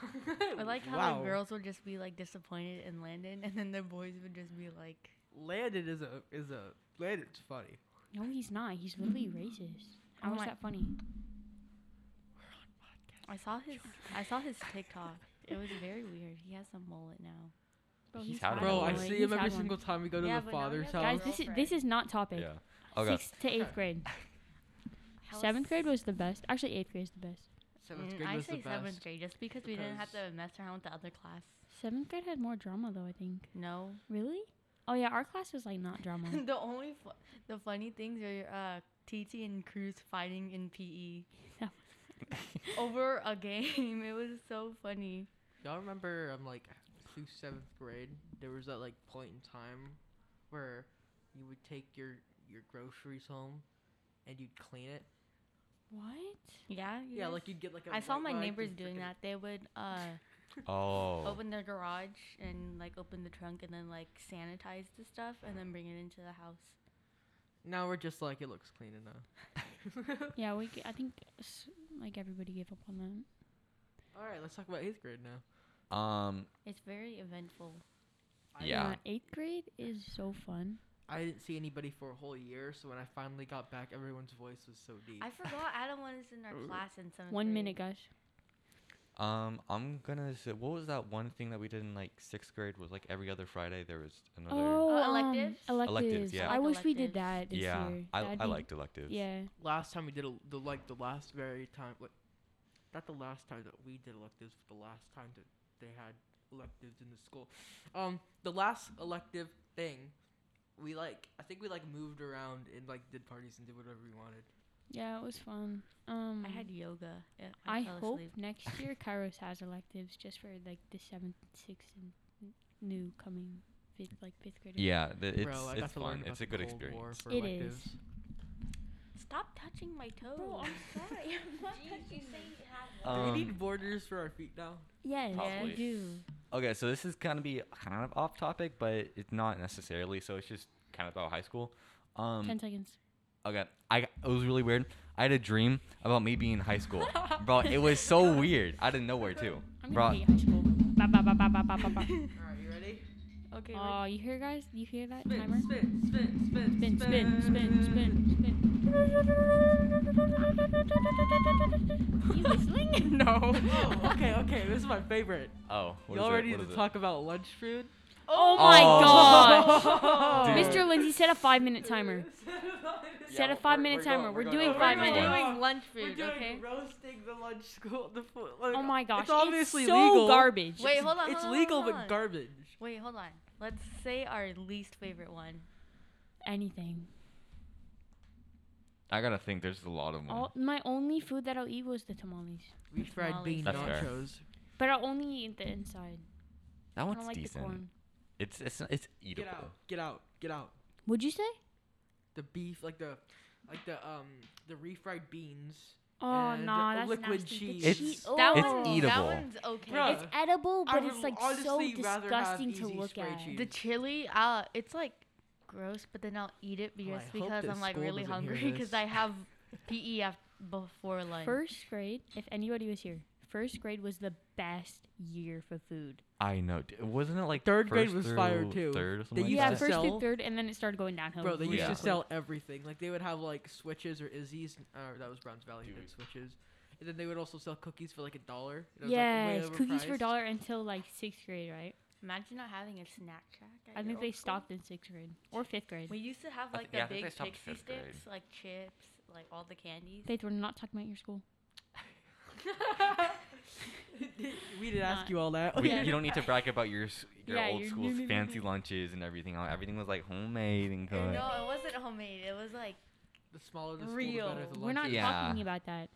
Speaker 4: I like how
Speaker 2: Oh, wow.
Speaker 4: the girls would just be like disappointed in Landon, and then the boys would just be like,
Speaker 2: Landed is a is a landed's funny.
Speaker 3: No, he's not. He's
Speaker 2: *laughs*
Speaker 3: literally racist. How
Speaker 4: Oh
Speaker 3: is
Speaker 4: my-
Speaker 3: that funny?
Speaker 4: "I saw his, I saw his TikTok. It was very weird. He has a mullet now.
Speaker 3: Bro,
Speaker 1: He's had I
Speaker 2: Bro,
Speaker 1: don't
Speaker 2: I
Speaker 1: know.
Speaker 2: see him every single time we go to
Speaker 4: Yeah,
Speaker 2: the
Speaker 4: but now he
Speaker 2: father's
Speaker 4: has
Speaker 2: house.
Speaker 3: Guys, this is this is not topic.
Speaker 1: Yeah. Okay.
Speaker 3: Sixth to eighth grade.
Speaker 4: How is
Speaker 3: Seventh grade was the best. Actually, eighth grade is the best.
Speaker 2: seventh
Speaker 4: Mm,
Speaker 2: grade
Speaker 4: I
Speaker 2: was
Speaker 4: say
Speaker 2: the best.
Speaker 4: seventh grade just because we didn't have
Speaker 2: because-
Speaker 4: to mess around with the other class.
Speaker 3: Seventh grade had more drama though. I think.
Speaker 4: No.
Speaker 3: Really? Oh yeah, our class was like not
Speaker 2: *laughs*
Speaker 3: drama.
Speaker 4: *laughs* the only fu- the funny things are uh, TT and Cruz fighting in
Speaker 1: *laughs*
Speaker 4: PE
Speaker 3: That
Speaker 4: over a game. It was so funny.
Speaker 2: Y'all remember um like through seventh grade, there was that like point in time where you would take your your groceries home and you'd clean it.
Speaker 3: what?
Speaker 4: Yeah. you
Speaker 2: yeah,
Speaker 4: guys-
Speaker 2: like you'd get like a
Speaker 4: I saw
Speaker 2: white-
Speaker 4: my
Speaker 2: like, "Oh,
Speaker 4: neighbors
Speaker 2: this
Speaker 4: doing
Speaker 2: frickin'
Speaker 4: that. They would uh,
Speaker 1: Oh.
Speaker 4: open their garage and like open the trunk and then like sanitize the stuff and then bring it into the house.
Speaker 2: Now we're just like it looks clean enough.
Speaker 3: Yeah, we. g- I think s- like everybody gave up on that.
Speaker 2: All right, let's talk about eighth grade now.
Speaker 1: Um.
Speaker 4: It's very eventful.
Speaker 2: I
Speaker 1: Yeah.
Speaker 3: Uh, eighth grade is so fun.
Speaker 2: I didn't see anybody for a whole year, so when I finally got back, everyone's voice was so deep.
Speaker 4: I forgot Adam was in our class in seventh.
Speaker 3: One
Speaker 4: grade.
Speaker 3: minute, guys.
Speaker 1: Um. I'm gonna say, what was that one thing that we did in like sixth grade? Was like every other Friday there was another.
Speaker 4: Oh,
Speaker 3: um,
Speaker 4: electives?
Speaker 3: electives.
Speaker 1: Electives, yeah.
Speaker 3: I
Speaker 4: Like
Speaker 3: wish we
Speaker 4: electives.
Speaker 3: did that this
Speaker 1: yeah.
Speaker 3: year.
Speaker 1: I
Speaker 3: That'd
Speaker 1: I
Speaker 3: be-
Speaker 1: liked electives.
Speaker 3: Yeah.
Speaker 2: last time we did a, the like the last very time, like not the last time that we did electives, but the last time that they had electives in the school. Um, the last elective thing, we like I think we like moved around and like did parties and did whatever we wanted.
Speaker 3: Yeah, it was fun. Um,
Speaker 4: I had yoga. Yeah, I,
Speaker 3: I,
Speaker 4: fell
Speaker 3: hope
Speaker 4: asleep.
Speaker 3: next
Speaker 1: *laughs*
Speaker 3: year Kairos has electives just for like the seventh, sixth, and n- new coming fifth, like fifth graders.
Speaker 1: Yeah. th- it's
Speaker 2: Bro, I got
Speaker 1: it's
Speaker 2: to learn
Speaker 1: fun.
Speaker 2: about
Speaker 1: It's a
Speaker 2: the
Speaker 1: good
Speaker 2: Cold War
Speaker 1: experience.
Speaker 2: for
Speaker 3: It is.
Speaker 2: electives.
Speaker 4: Stop touching my toe.
Speaker 3: Bro, I'm
Speaker 4: sorry. I'm *laughs*
Speaker 3: not touching
Speaker 2: Do we
Speaker 1: Um,
Speaker 2: need borders for our feet now?
Speaker 3: Yes,
Speaker 1: Probably.
Speaker 3: we do.
Speaker 1: Okay, so this is gonna be kind of off topic, but it's not necessarily. So it's just kind of about high school. Um,
Speaker 3: Ten seconds.
Speaker 1: Okay, I it was really weird. I had a dream about me being in high
Speaker 3: *laughs*
Speaker 1: school, bro. It was so weird out of nowhere too,
Speaker 3: I'm gonna
Speaker 1: bro.
Speaker 3: hate high school. Ba, ba, ba, ba, ba, ba, ba, ba.
Speaker 2: All right, you ready?
Speaker 4: okay.
Speaker 3: Oh, you hear guys? You hear that
Speaker 2: Spin,
Speaker 3: timer?
Speaker 2: spin, spin,
Speaker 3: Spin,
Speaker 2: spin,
Speaker 3: spin, spin,
Speaker 2: *laughs*
Speaker 3: spin, spin. you listening?
Speaker 4: no.
Speaker 2: Oh, okay, okay. This is my favorite.
Speaker 1: Oh, what is
Speaker 2: Y'all
Speaker 1: it?
Speaker 2: ready
Speaker 1: What
Speaker 2: to
Speaker 1: is it?
Speaker 2: talk about lunch food?
Speaker 3: Oh my
Speaker 1: Oh.
Speaker 3: gosh.
Speaker 1: *laughs* Dude.
Speaker 3: Mr. Lindsay, set a five minute
Speaker 2: *laughs*
Speaker 3: timer. Set
Speaker 1: Yeah,
Speaker 3: a five
Speaker 1: we're-
Speaker 3: minute
Speaker 1: we're going-
Speaker 3: timer.
Speaker 1: we're
Speaker 3: we're
Speaker 1: going
Speaker 3: doing
Speaker 1: over.
Speaker 3: five
Speaker 1: We're
Speaker 3: minutes.
Speaker 2: going-
Speaker 4: doing lunch
Speaker 2: We're
Speaker 4: food,
Speaker 2: doing
Speaker 4: okay?
Speaker 2: roasting the lunch school. The food.
Speaker 3: Oh my gosh.
Speaker 2: It's obviously
Speaker 3: so
Speaker 2: legal.
Speaker 3: garbage.
Speaker 4: Wait, hold on.
Speaker 2: It's
Speaker 4: hold on,
Speaker 2: legal,
Speaker 4: hold on.
Speaker 2: but garbage.
Speaker 4: Wait, hold on. Let's say our least favorite one.
Speaker 3: Anything.
Speaker 1: I gotta think. There's a lot of them.
Speaker 3: All, my only food that I'll eat was the tamales.
Speaker 2: We
Speaker 4: That's
Speaker 2: fried
Speaker 4: Molly's.
Speaker 2: bean
Speaker 1: That's fair.
Speaker 2: nachos.
Speaker 3: But I'll only eat the inside.
Speaker 1: that
Speaker 3: I
Speaker 1: one's
Speaker 3: don't like the
Speaker 1: decent.
Speaker 3: corn.
Speaker 1: It's it's it's
Speaker 2: Get
Speaker 1: eatable.
Speaker 2: out! Get out! Get out!
Speaker 3: Would you say?
Speaker 2: The beef, like the, like the um, the refried beans.
Speaker 3: Oh
Speaker 2: And
Speaker 3: nah, that's
Speaker 2: liquid
Speaker 3: nasty. The oh.
Speaker 2: cheese.
Speaker 1: It's-
Speaker 3: cheese-
Speaker 4: That
Speaker 1: It's
Speaker 4: one's That
Speaker 1: eatable.
Speaker 4: one's okay.
Speaker 2: Bruh.
Speaker 3: It's edible,
Speaker 2: I
Speaker 3: but
Speaker 2: would
Speaker 3: it's like so
Speaker 2: honestly rather have
Speaker 3: disgusting to
Speaker 2: easy
Speaker 3: look
Speaker 2: spray
Speaker 3: at.
Speaker 2: cheese.
Speaker 4: the chili, uh, it's like gross, but then I'll eat it because
Speaker 2: I hope
Speaker 4: because
Speaker 2: this
Speaker 4: I'm like
Speaker 2: school
Speaker 4: really
Speaker 2: doesn't hear
Speaker 4: hungry *laughs* because
Speaker 2: this.
Speaker 4: I have PE af- before lunch.
Speaker 3: First grade, if anybody was here, first grade was the best year for food.
Speaker 1: I know. d- Wasn't it like
Speaker 2: Third grade
Speaker 1: first
Speaker 2: was
Speaker 1: through
Speaker 2: fire, too.
Speaker 1: Third or something
Speaker 2: They
Speaker 1: like
Speaker 2: used
Speaker 3: yeah,
Speaker 1: that?
Speaker 2: to
Speaker 3: first
Speaker 2: sell-
Speaker 3: through third, and then it started going downhill.
Speaker 2: Bro, they used
Speaker 1: Yeah.
Speaker 2: to sell everything. Like they would have like switches or Izzy's. Or that was Browns Valley who did
Speaker 1: Dude.
Speaker 2: switches. And then they would also sell cookies for like a dollar. and it was,
Speaker 3: Yes,
Speaker 2: like, way
Speaker 3: cookies for a
Speaker 2: overpriced.
Speaker 3: dollar until like sixth grade, right?
Speaker 4: Imagine not having a snack shack. at
Speaker 3: I
Speaker 4: your
Speaker 3: think
Speaker 4: old
Speaker 3: they
Speaker 4: school.
Speaker 3: stopped in sixth grade or fifth grade.
Speaker 4: We used to have
Speaker 1: I
Speaker 4: like
Speaker 1: thi- yeah, I
Speaker 4: the
Speaker 1: think they
Speaker 4: big
Speaker 1: stopped
Speaker 4: pixie
Speaker 1: fifth grade.
Speaker 4: sticks, like chips, like all the candies.
Speaker 3: Faith, we're not talking about your school.
Speaker 2: we did ask
Speaker 3: Not-
Speaker 2: you all that. *laughs*
Speaker 1: We,
Speaker 3: *laughs* Yeah.
Speaker 1: You don't need to brag about your s- your
Speaker 3: Yeah,
Speaker 1: old
Speaker 3: your-
Speaker 1: school's fancy lunches and everything. Uh, Everything was like homemade *laughs* and cooked.
Speaker 4: No, it wasn't homemade. It was like
Speaker 2: The smaller the school,
Speaker 4: Real.
Speaker 2: the better the
Speaker 3: We're not
Speaker 1: lunches.
Speaker 3: talking
Speaker 1: Yeah.
Speaker 3: about that.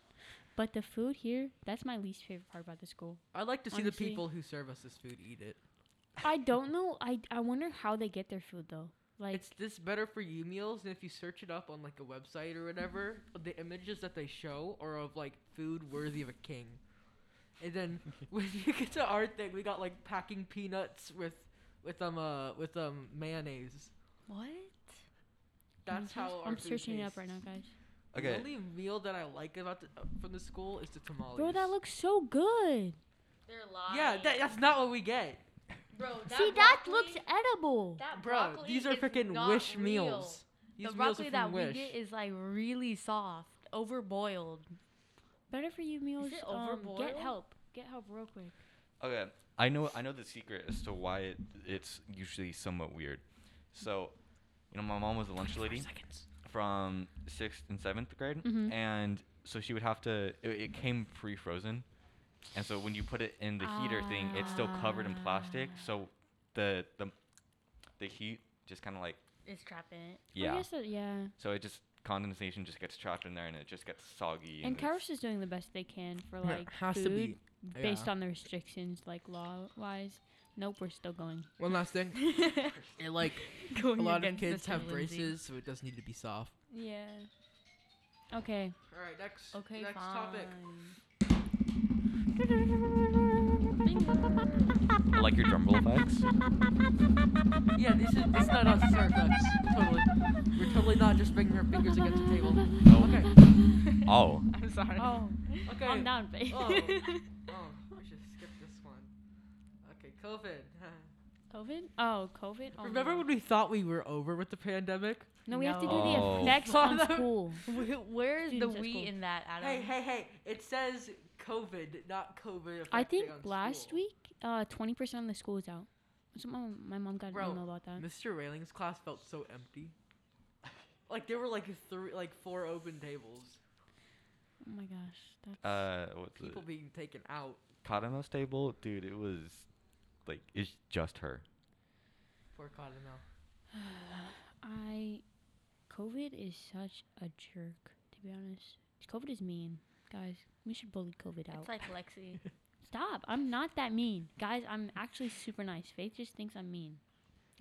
Speaker 3: But the food here, that's my least favorite part about the school.
Speaker 2: I like to see
Speaker 3: Honestly.
Speaker 2: the people who serve us this food eat it.
Speaker 3: *laughs* I don't know. I, I wonder how they get their food though. Like
Speaker 2: it's this better for you meals, and if you search it up on like a website
Speaker 3: *laughs*
Speaker 2: or whatever, the images that they show are of like food worthy of a king.
Speaker 3: *laughs*
Speaker 2: And then when you get to our thing, we got like packing peanuts with with um uh with um mayonnaise.
Speaker 4: what?
Speaker 2: That's
Speaker 3: I'm,
Speaker 2: how
Speaker 3: search-
Speaker 2: our
Speaker 3: I'm
Speaker 2: food
Speaker 3: searching it up right now,
Speaker 2: tastes.
Speaker 3: guys.
Speaker 1: Okay.
Speaker 2: The only meal that I like about the, uh, from the school is the tamales.
Speaker 3: Bro, that looks so good.
Speaker 4: They're lying.
Speaker 2: yeah, that, that's not what we get,
Speaker 4: bro. That
Speaker 3: See, that
Speaker 4: broccoli-
Speaker 3: looks edible.
Speaker 4: That
Speaker 2: bro.
Speaker 4: broccoli
Speaker 2: These are
Speaker 4: is
Speaker 2: freaking
Speaker 4: not
Speaker 2: wish
Speaker 4: real.
Speaker 2: meals. These
Speaker 4: the
Speaker 2: meals
Speaker 4: broccoli
Speaker 2: are
Speaker 4: that
Speaker 2: from Wish.
Speaker 4: we get is like really soft, overboiled.
Speaker 3: Better for you meals.
Speaker 4: it
Speaker 3: um, get
Speaker 4: overboiled?
Speaker 3: help. Get help real quick.
Speaker 1: Okay, I know I know the secret as to why it, it's usually somewhat weird. So, you know, my mom was a lunch lady from sixth and seventh grade,
Speaker 3: Mhm.
Speaker 1: and so she would have to. It, it came pre-frozen, and so when you put it in the heater thing, it's still covered in plastic.
Speaker 4: Ah.
Speaker 1: So the the the heat just kind of like
Speaker 4: It's trapping it.
Speaker 1: yeah.
Speaker 3: I guess that, yeah.
Speaker 1: So it just condensation just gets trapped in there and it just gets soggy.
Speaker 3: And
Speaker 1: it's-
Speaker 3: Kairos is doing the best they can
Speaker 2: *laughs*
Speaker 3: for
Speaker 2: Yeah,
Speaker 3: like
Speaker 2: has
Speaker 3: food
Speaker 2: to be,
Speaker 3: based
Speaker 2: yeah.
Speaker 3: on the restrictions, like law wise. Nope, we're still going.
Speaker 2: One last thing.
Speaker 3: *laughs*
Speaker 2: And like a
Speaker 4: *laughs* Going
Speaker 2: lot of
Speaker 4: against
Speaker 2: kids
Speaker 4: Mr.
Speaker 2: have
Speaker 4: Lindsay.
Speaker 2: braces, so it does need to be soft.
Speaker 3: Yeah. Okay.
Speaker 2: All right, next.
Speaker 4: Okay,
Speaker 2: next
Speaker 4: fine.
Speaker 2: topic.
Speaker 1: I like your drum roll effects.
Speaker 2: Yeah, this is this is not us. This is our ducks. Totally. We're totally not just banging our fingers against
Speaker 3: *laughs*
Speaker 2: the table. Okay.
Speaker 1: Oh,
Speaker 4: I'm sorry.
Speaker 3: Oh,
Speaker 2: Okay.
Speaker 3: calm down, babe. *laughs*
Speaker 2: Oh. Oh, I should skip this one. Okay, COVID.
Speaker 3: COVID? Oh, COVID? Oh,
Speaker 2: Remember
Speaker 3: no.
Speaker 2: when we thought we were over with the pandemic?
Speaker 3: No, we have to do
Speaker 1: No.
Speaker 3: the effects
Speaker 2: Oh. *laughs*
Speaker 3: on school.
Speaker 4: Wh- Where's the
Speaker 3: Students at
Speaker 4: we
Speaker 3: school.
Speaker 4: in that, Adam?
Speaker 2: Hey, hey, hey! It says COVID, not COVID.
Speaker 3: I
Speaker 2: affecting
Speaker 3: think
Speaker 2: on
Speaker 3: last
Speaker 2: school.
Speaker 3: week, uh, 20% of the school is out. So my, my mom got
Speaker 2: Bro,
Speaker 3: an email about that.
Speaker 2: Mr. Railing's class felt so empty. *laughs* like there were like three, like four open tables.
Speaker 3: Oh my gosh. That's
Speaker 1: uh, what's
Speaker 2: People
Speaker 1: it?
Speaker 2: being taken out
Speaker 1: Katamo's table, dude. It was like it's just *laughs* her.
Speaker 2: for Cottonelle.
Speaker 3: I COVID is such a jerk, to be honest. COVID is mean. Guys, we should bully COVID out.
Speaker 4: It's like Lexi.
Speaker 3: Stop. I'm not that mean. Guys, I'm actually super nice. Faith just thinks I'm mean.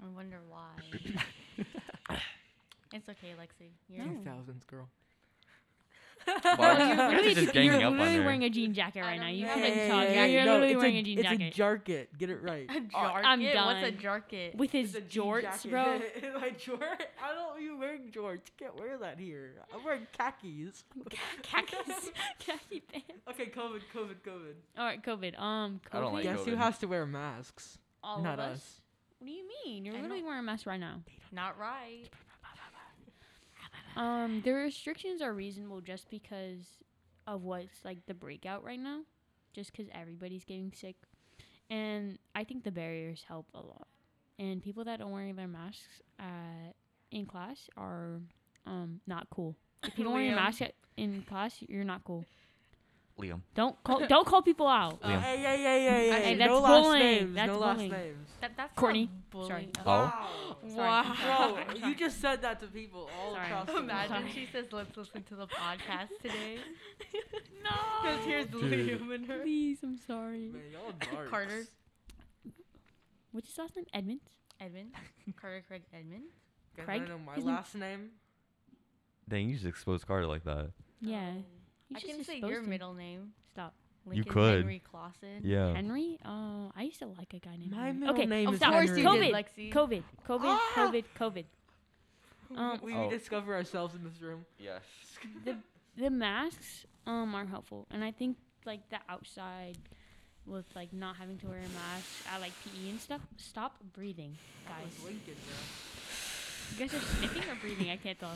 Speaker 4: I wonder why.
Speaker 2: *laughs*
Speaker 4: it's okay, Lexi. You're
Speaker 3: No.
Speaker 2: Two thousands, girl.
Speaker 1: Why
Speaker 3: *laughs* Well,
Speaker 1: you
Speaker 3: you're
Speaker 1: guys are
Speaker 3: literally,
Speaker 1: just ganging
Speaker 3: you're
Speaker 1: up on
Speaker 3: literally
Speaker 1: her.
Speaker 3: wearing a jean jacket right
Speaker 4: I
Speaker 3: now.
Speaker 4: don't
Speaker 3: You
Speaker 4: know.
Speaker 3: have
Speaker 4: Hey,
Speaker 3: a
Speaker 4: hey,
Speaker 3: tall jacket.
Speaker 4: hey,
Speaker 3: You're
Speaker 4: no,
Speaker 3: literally
Speaker 2: it's
Speaker 3: wearing
Speaker 2: a,
Speaker 3: a jean
Speaker 2: it's
Speaker 3: jacket.
Speaker 2: a jarket. Get it right.
Speaker 4: *laughs* a jarket.
Speaker 3: I'm
Speaker 4: What's a
Speaker 3: done.
Speaker 4: jarket?
Speaker 3: With his
Speaker 2: It's a jean
Speaker 3: jorts, *laughs*
Speaker 2: jacket.
Speaker 3: bro.
Speaker 2: *laughs* My jort? I don't you wearing jorts. You can't wear that here. I'm wearing khakis. *laughs*
Speaker 3: Khakis. *laughs* Khaki pants.
Speaker 2: Okay, COVID, COVID, COVID.
Speaker 3: All right, COVID. Um, COVID.
Speaker 1: I don't like
Speaker 2: Guess who
Speaker 1: COVID.
Speaker 2: has to wear masks?
Speaker 3: All
Speaker 2: not
Speaker 3: of us?
Speaker 2: us.
Speaker 3: What do you mean? You're
Speaker 4: I
Speaker 3: literally
Speaker 4: don't-
Speaker 3: wearing a mask right now.
Speaker 4: Not right.
Speaker 3: Um, the restrictions are reasonable just because of what's like the breakout right now, just because everybody's getting sick, and I think the barriers help a lot. And people that don't wear their masks uh, in class are um not
Speaker 2: *laughs*
Speaker 3: cool. If you don't wear your
Speaker 4: Liam.
Speaker 3: mask at, in class, you're not cool.
Speaker 1: Liam.
Speaker 3: Don't
Speaker 2: *laughs*
Speaker 3: call don't call people out.
Speaker 1: Liam.
Speaker 2: Hey, hey, hey, hey, hey.
Speaker 4: Hey,
Speaker 2: no
Speaker 3: that's
Speaker 2: last
Speaker 3: bullying.
Speaker 2: names.
Speaker 3: That's
Speaker 2: no last
Speaker 3: bullying.
Speaker 2: names.
Speaker 4: That, that's
Speaker 3: Courtney,
Speaker 4: Not bullying.
Speaker 3: sorry.
Speaker 4: Oh,
Speaker 1: Oh.
Speaker 2: Wow.
Speaker 4: sorry, I'm
Speaker 2: Bro,
Speaker 4: *laughs* sorry, I'm
Speaker 2: you
Speaker 4: sorry.
Speaker 2: just said that to people all
Speaker 3: Sorry.
Speaker 2: across the
Speaker 4: *laughs* Imagine
Speaker 2: world.
Speaker 4: she says, "Let's listen to the podcast *laughs* today."
Speaker 3: No.
Speaker 4: Because here's
Speaker 1: Dude.
Speaker 4: Liam and her.
Speaker 3: Please, I'm sorry. *laughs*
Speaker 2: Man, y'all darks.
Speaker 4: Carter.
Speaker 3: What's his last name? Edmonds.
Speaker 2: Oh.
Speaker 4: Edmund, Carter Craig Edmund.
Speaker 2: Guys,
Speaker 3: Craig?
Speaker 2: wanna know my
Speaker 3: His name-
Speaker 2: last name.
Speaker 1: Dang, you just exposed Carter like that.
Speaker 3: Yeah.
Speaker 4: Oh.
Speaker 3: You
Speaker 4: I
Speaker 3: just
Speaker 4: can say
Speaker 3: exposed
Speaker 4: your
Speaker 3: him.
Speaker 4: middle name.
Speaker 3: Stop.
Speaker 4: Lincoln
Speaker 1: could.
Speaker 4: Henry Clausen.
Speaker 1: Yeah.
Speaker 3: Henry? Oh, I used to like a guy named
Speaker 2: My
Speaker 3: Henry.
Speaker 2: middle
Speaker 3: okay,
Speaker 2: name
Speaker 3: oh,
Speaker 2: is
Speaker 3: stop.
Speaker 2: Henry. Of course
Speaker 3: COVID,
Speaker 2: you
Speaker 4: did, Lexi.
Speaker 3: COVID, COVID,
Speaker 2: Ah!
Speaker 3: COVID, COVID. Um,
Speaker 2: we
Speaker 1: Oh.
Speaker 2: discover ourselves in this room.
Speaker 1: Yes.
Speaker 3: the the masks um are helpful, and I think like the outside with like not having to wear a mask at like PE and stuff. Stop breathing,
Speaker 2: That
Speaker 3: guys.
Speaker 2: was Lincoln, bro.
Speaker 3: You guys are sniffing or
Speaker 2: *laughs*
Speaker 3: breathing? I can't tell.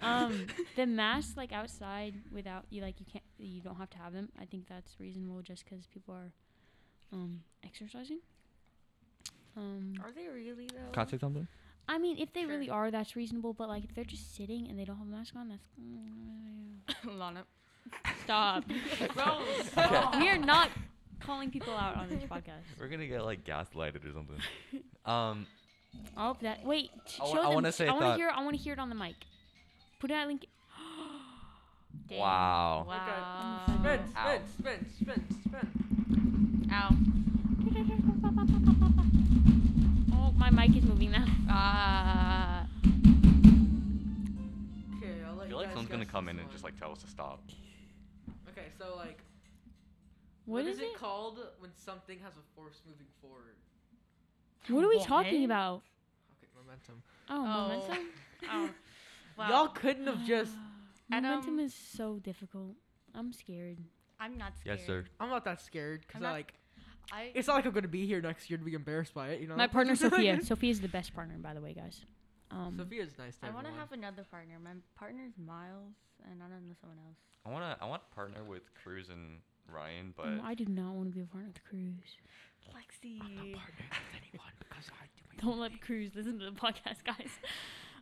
Speaker 3: Um, the masks like outside without you like you can't you don't have to have them. I think that's reasonable just because people are um exercising. Um,
Speaker 4: Are they really though? *laughs*
Speaker 1: Can I say something?
Speaker 3: I mean, if they really
Speaker 4: Sure.
Speaker 3: are, that's reasonable. But like, if they're just sitting and they don't have a mask on, that's mm,
Speaker 4: *laughs* Lana.
Speaker 3: stop.
Speaker 4: *laughs* Bro,
Speaker 3: we are
Speaker 4: *laughs*
Speaker 3: not calling people out on this podcast.
Speaker 1: We're gonna get like gaslighted or *laughs* something. Um,
Speaker 3: Oh, that wait. sh-
Speaker 1: I wa-
Speaker 3: Show
Speaker 1: I
Speaker 3: them.
Speaker 1: wanna
Speaker 3: sh-
Speaker 1: say
Speaker 3: I
Speaker 1: I
Speaker 3: want to
Speaker 1: thought-
Speaker 3: hear. I want to hear it on the mic. Put it at link.
Speaker 4: Dang.
Speaker 1: Wow.
Speaker 4: Wow.
Speaker 3: Okay.
Speaker 2: Spin,
Speaker 3: *gasps*
Speaker 1: Ow.
Speaker 2: spin, spin, spin, spin.
Speaker 4: Ow.
Speaker 3: Oh, my mic is moving now.
Speaker 4: Ah.
Speaker 2: Okay, I'll let
Speaker 1: I
Speaker 2: you
Speaker 1: feel like
Speaker 2: guys
Speaker 1: someone's gonna
Speaker 2: guess
Speaker 1: come
Speaker 2: this
Speaker 1: in and
Speaker 2: one.
Speaker 1: just like tell us to stop.
Speaker 2: Okay, so like,
Speaker 3: what
Speaker 2: is,
Speaker 3: is it?
Speaker 2: called when something has a force moving forward?
Speaker 3: What are we
Speaker 4: What?
Speaker 3: talking about?
Speaker 2: Okay, momentum.
Speaker 3: Oh, momentum.
Speaker 4: Ow. Oh. Wow.
Speaker 2: Y'all couldn't
Speaker 3: *sighs*
Speaker 2: have just.
Speaker 4: Adam-
Speaker 3: Momentum is so difficult. I'm scared.
Speaker 4: I'm not scared.
Speaker 1: Yes, sir.
Speaker 2: I'm not that scared because
Speaker 4: I'm not-
Speaker 2: like
Speaker 4: I.
Speaker 2: it's not like I'm gonna be here next year to be embarrassed by it. You know.
Speaker 3: My *laughs*
Speaker 2: *laughs*
Speaker 3: partner Sophia. Sophia's the best partner, by the way, guys. Um,
Speaker 2: Sophia's nice. To
Speaker 4: I want to
Speaker 2: everyone.
Speaker 4: have another partner. My partner's Miles, and I don't know someone else.
Speaker 1: I wanna, I want to partner with Cruz and Ryan, but
Speaker 3: I do not want to be a partner with Cruz.
Speaker 4: Lexi.
Speaker 2: I'm not partnered with anyone because I do
Speaker 3: *laughs*
Speaker 2: my
Speaker 3: Don't
Speaker 2: own
Speaker 3: let
Speaker 2: thing.
Speaker 3: Cruz listen to the podcast, guys. *laughs*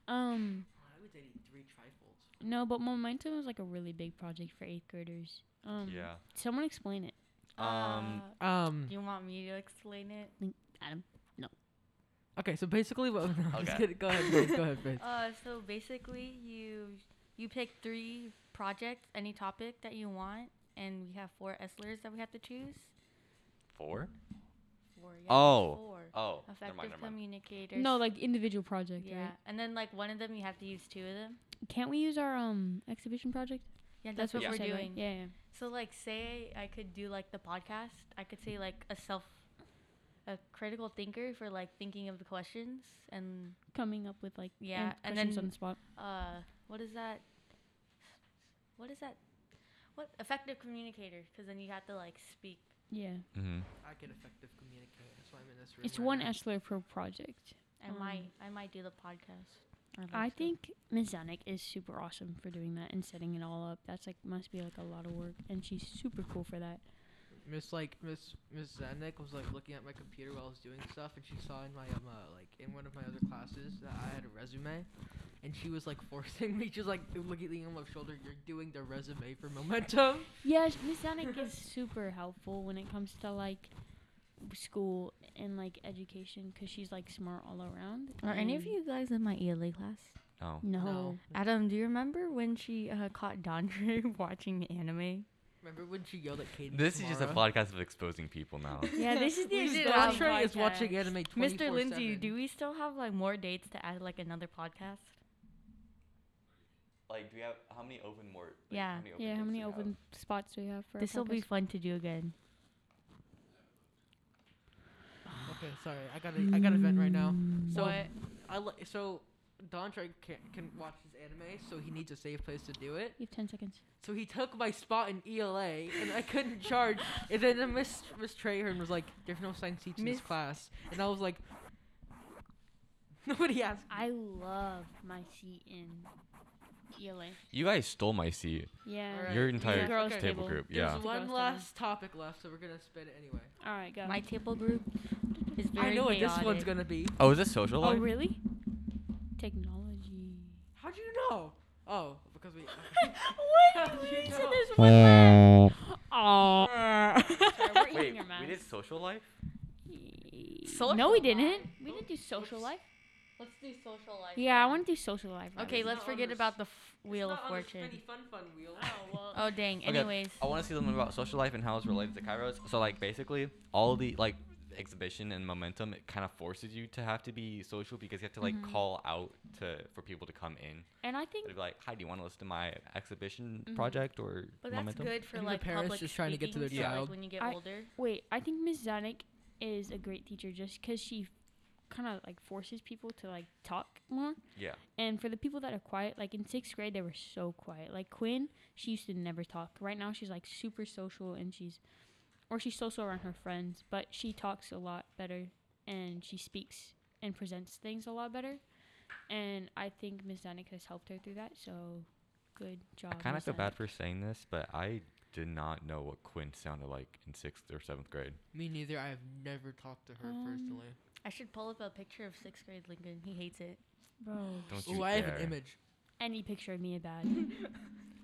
Speaker 3: Um,
Speaker 2: I was dating three trifolds.
Speaker 3: no, but momentum is like a really big project for eighth graders. Um,
Speaker 1: yeah.
Speaker 3: Someone explain it.
Speaker 1: Um,
Speaker 4: Uh,
Speaker 2: Um.
Speaker 4: do you want me to explain it?
Speaker 3: Adam.
Speaker 2: Okay. So basically, what? *laughs* No, I'm just
Speaker 1: Okay.
Speaker 2: kidding. Go ahead. Grace, Go ahead, *laughs* Grace.
Speaker 4: Uh, so basically, you you pick three projects, any topic that you want, and we have four Esslers that we have to choose.
Speaker 1: four.
Speaker 4: Four. Yeah,
Speaker 1: Oh.
Speaker 4: Four.
Speaker 1: Oh, never
Speaker 4: Effective
Speaker 1: mind, never mind.
Speaker 4: communicators.
Speaker 3: No, like individual project.
Speaker 4: yeah,
Speaker 3: Right?
Speaker 4: and then like one of them you have to use two of them.
Speaker 3: Can't we use our um exhibition project?
Speaker 4: Yeah, that's, what
Speaker 3: you
Speaker 4: we're
Speaker 3: said, right?
Speaker 4: doing.
Speaker 3: Yeah, yeah.
Speaker 4: So like, say I could do like the podcast. I could say like a self, a critical thinker for like thinking of the questions and
Speaker 3: Coming up with like
Speaker 4: Yeah,
Speaker 3: and
Speaker 4: and
Speaker 3: questions on
Speaker 4: then-
Speaker 3: the spot.
Speaker 4: uh, what is that? What is that? What effective communicator? Because then you have to like speak.
Speaker 3: Yeah,
Speaker 1: Mm-hmm.
Speaker 2: I can effective communicate. That's why I'm in this room.
Speaker 3: it's one Eschler per project.
Speaker 4: I
Speaker 3: Um,
Speaker 4: might, I might do the podcast.
Speaker 3: I think Ms. Zanuck is super awesome for doing that and setting it all up. That's like must be like a lot of work, and she's super cool for that.
Speaker 2: Miss like Miss Miss Zanek was like looking at my computer while I was doing stuff, and she saw in my um uh, like in one of my other classes that I had a resume, and she was like *laughs* forcing me, just like looking on my shoulder, you're doing the resume for momentum.
Speaker 3: Yeah, Ms. Zanuck is super helpful when it comes to like school and like education because she's like smart all around.
Speaker 4: Are any of
Speaker 3: and-
Speaker 4: you guys in my ELA class?
Speaker 1: Oh,
Speaker 3: *laughs* No.
Speaker 4: Adam, do you remember when she uh, caught Dondre *laughs* watching anime?
Speaker 2: Remember when she yelled at Katie?
Speaker 1: this is just a podcast of exposing people *laughs* now.
Speaker 3: Yeah, this is the
Speaker 4: *laughs* We did
Speaker 3: exposure.
Speaker 4: have
Speaker 2: Andre is watching
Speaker 4: podcast.
Speaker 2: anime.
Speaker 4: Mr. Lindsay,
Speaker 2: 24/7.
Speaker 4: do we still have like more dates to add like another podcast?
Speaker 1: like, do we have how many open more?
Speaker 4: Yeah.
Speaker 1: many
Speaker 3: Yeah, how
Speaker 1: dates
Speaker 3: many
Speaker 1: do we have?
Speaker 3: open spots do we have for?
Speaker 4: This will be fun to do again.
Speaker 2: Okay, sorry, I gotta I gotta vent right now. So
Speaker 4: What?
Speaker 2: I li- so Dondre can can watch his anime, so he needs a safe place to do it.
Speaker 3: You have ten seconds.
Speaker 2: So he took my spot in ELA, and I couldn't *laughs* charge. And then Miss Miss Trahern was like, "There's no science teacher in this
Speaker 4: Miss-
Speaker 2: class," and I was like, *laughs* "Nobody asked."
Speaker 3: I love my seat in ELA.
Speaker 1: You guys stole my seat.
Speaker 3: Yeah.
Speaker 2: Alright.
Speaker 1: Your
Speaker 2: Yeah,
Speaker 1: entire
Speaker 3: girls'
Speaker 1: table,
Speaker 3: table.
Speaker 1: group.
Speaker 2: There's
Speaker 1: Yeah.
Speaker 2: one
Speaker 3: Girls'
Speaker 2: last topic left, so we're gonna spin it anyway.
Speaker 3: All right, go.
Speaker 4: My table group is very
Speaker 2: I know what this one's
Speaker 4: chaotic.
Speaker 2: gonna be.
Speaker 1: Oh, is this social
Speaker 3: oh,
Speaker 1: life?
Speaker 3: really? Technology.
Speaker 2: How'd you know? Oh, because *laughs* we.
Speaker 3: what?
Speaker 2: How'd you know?
Speaker 3: Oh. Sorry, we're
Speaker 1: Wait,
Speaker 3: eating your
Speaker 1: we did
Speaker 3: mouse.
Speaker 1: social life.
Speaker 3: no, we
Speaker 4: Social
Speaker 3: didn't.
Speaker 4: life.
Speaker 3: We didn't do social
Speaker 4: Oops.
Speaker 3: life.
Speaker 4: Let's do social life.
Speaker 3: Yeah, I want to do social life. rather.
Speaker 4: Okay,
Speaker 2: It's
Speaker 4: let's
Speaker 2: not on
Speaker 4: forget
Speaker 2: this-
Speaker 4: about the f- Wheel of
Speaker 2: Not on the
Speaker 4: Fortune.
Speaker 2: spinny fun fun wheel.
Speaker 4: Oh dang.
Speaker 1: Okay.
Speaker 4: Anyways,
Speaker 1: I want to see them about social life and how it's related to Kairos. So like basically all the like exhibition and momentum it kind of forces you to have to be social because you have to like
Speaker 3: Mhm.
Speaker 1: call out to for people to come in.
Speaker 3: And I think
Speaker 1: They'd be like, "Hi, do you want to listen to my exhibition
Speaker 3: Mhm.
Speaker 1: project or
Speaker 4: but that's
Speaker 1: momentum?"
Speaker 4: good for
Speaker 2: think the
Speaker 4: like
Speaker 2: parents
Speaker 4: public
Speaker 2: just trying to get to
Speaker 4: speaking,
Speaker 2: their
Speaker 4: so, like,
Speaker 2: child.
Speaker 4: when you get
Speaker 3: I-
Speaker 4: older.
Speaker 3: wait, I think Ms. Zanuck is a great teacher just because she kind of like forces people to like talk more.
Speaker 1: Yeah.
Speaker 3: And for the people that are quiet, like in sixth grade, they were so quiet. Like Quinn, she used to never talk. Right now, she's like super social and she's, or she's social around her friends, but she talks a lot better and she speaks and presents things a lot better. And I think Ms. Zanuck has helped her through that. So good job.
Speaker 1: I kind of
Speaker 3: Ms.
Speaker 1: feel
Speaker 3: Zanuck.
Speaker 1: bad for saying this, but I did not know what Quinn sounded like in sixth or seventh grade.
Speaker 2: Me neither. I have never talked to her
Speaker 3: Um,
Speaker 2: personally.
Speaker 4: I should pull up a picture of sixth grade Lincoln. He hates it.
Speaker 3: Bro.
Speaker 1: Don't you
Speaker 2: Ooh, I have
Speaker 1: dare.
Speaker 2: an image.
Speaker 3: Any picture of me
Speaker 1: *laughs*
Speaker 3: is bad.
Speaker 1: No,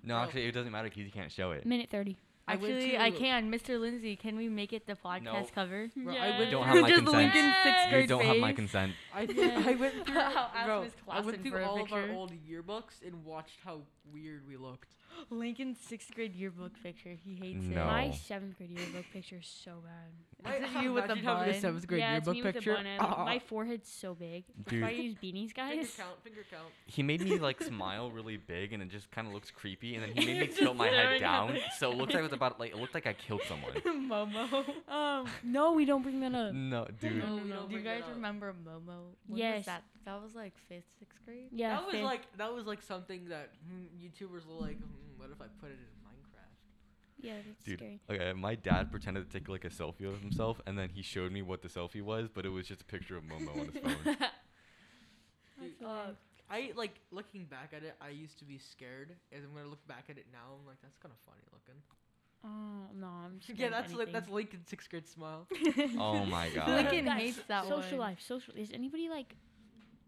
Speaker 2: Bro.
Speaker 1: actually, it doesn't matter because you can't show it.
Speaker 3: Minute 30.
Speaker 2: I went
Speaker 4: Actually, I
Speaker 2: to-
Speaker 4: can. Mr. Lindsay, can we make it the podcast
Speaker 1: No.
Speaker 4: cover?
Speaker 2: Bro, I went
Speaker 1: Don't
Speaker 3: Yes.
Speaker 4: *laughs*
Speaker 1: have my
Speaker 4: Just
Speaker 1: consent.
Speaker 4: Lincoln's sixth
Speaker 3: You
Speaker 1: You
Speaker 4: grade
Speaker 1: don't have my
Speaker 4: phase.
Speaker 1: consent.
Speaker 2: I,
Speaker 3: Yeah.
Speaker 2: I went *laughs* through,
Speaker 4: I'll ask
Speaker 2: bro,
Speaker 4: Miss
Speaker 2: I
Speaker 4: Clausen
Speaker 2: went
Speaker 4: for
Speaker 2: through
Speaker 4: a
Speaker 2: all of our
Speaker 4: picture.
Speaker 2: old yearbooks and watched how weird we looked.
Speaker 4: Lincoln's sixth grade yearbook picture. He hates
Speaker 1: No.
Speaker 4: it.
Speaker 3: My seventh grade yearbook picture is so bad.
Speaker 4: Is it you with
Speaker 2: *laughs*
Speaker 4: the
Speaker 2: Imagine having a
Speaker 4: bun?
Speaker 2: seventh grade
Speaker 3: yeah, it's
Speaker 2: yearbook
Speaker 3: me
Speaker 2: picture.
Speaker 3: With the bun. I- My
Speaker 2: Ah.
Speaker 3: forehead's so big. That's
Speaker 1: Dude.
Speaker 3: why I use beanies,
Speaker 2: *laughs*
Speaker 3: *laughs*
Speaker 2: Finger
Speaker 3: guys.
Speaker 2: count, finger count.
Speaker 1: He made me like smile really big, and it just kind of looks creepy. And then he made me
Speaker 4: You're
Speaker 1: tilt my
Speaker 4: just
Speaker 1: head
Speaker 4: staring at
Speaker 1: down,
Speaker 4: the
Speaker 1: so it looks like it was about like it looked like I killed someone.
Speaker 4: *laughs* *laughs* Momo. Oh.
Speaker 3: Um, no, we don't bring that up.
Speaker 1: No, dude.
Speaker 2: No, we don't
Speaker 4: Do you
Speaker 2: bring that
Speaker 4: guys
Speaker 2: up.
Speaker 4: remember Momo? When
Speaker 3: Yes.
Speaker 4: Was that? that was like fifth, sixth grade.
Speaker 1: *laughs*
Speaker 3: Yeah,
Speaker 2: that was
Speaker 3: fair.
Speaker 2: like that was like something that mm, YouTubers were like, mm, what if I put it in Minecraft?
Speaker 3: yeah, that's
Speaker 1: Dude,
Speaker 3: scary.
Speaker 1: okay. My dad pretended to take like a selfie of himself, and then he showed me what the selfie was, but it was just a picture of Momo on his
Speaker 4: *laughs*
Speaker 1: phone. *laughs*
Speaker 2: Dude,
Speaker 1: Oh,
Speaker 4: Uh,
Speaker 2: I like looking back at it. I used to be scared, and when I look back at it now, I'm like, that's kind of funny looking. *laughs*
Speaker 3: Oh no, I'm scared
Speaker 2: yeah,
Speaker 3: of
Speaker 2: that's like
Speaker 3: anything.
Speaker 2: that's Lincoln's sixth grade smile.
Speaker 1: Oh
Speaker 4: *laughs*
Speaker 1: my god.
Speaker 4: Lincoln
Speaker 3: Guys,
Speaker 4: hates that
Speaker 3: social
Speaker 4: one.
Speaker 3: life. Social. Is anybody like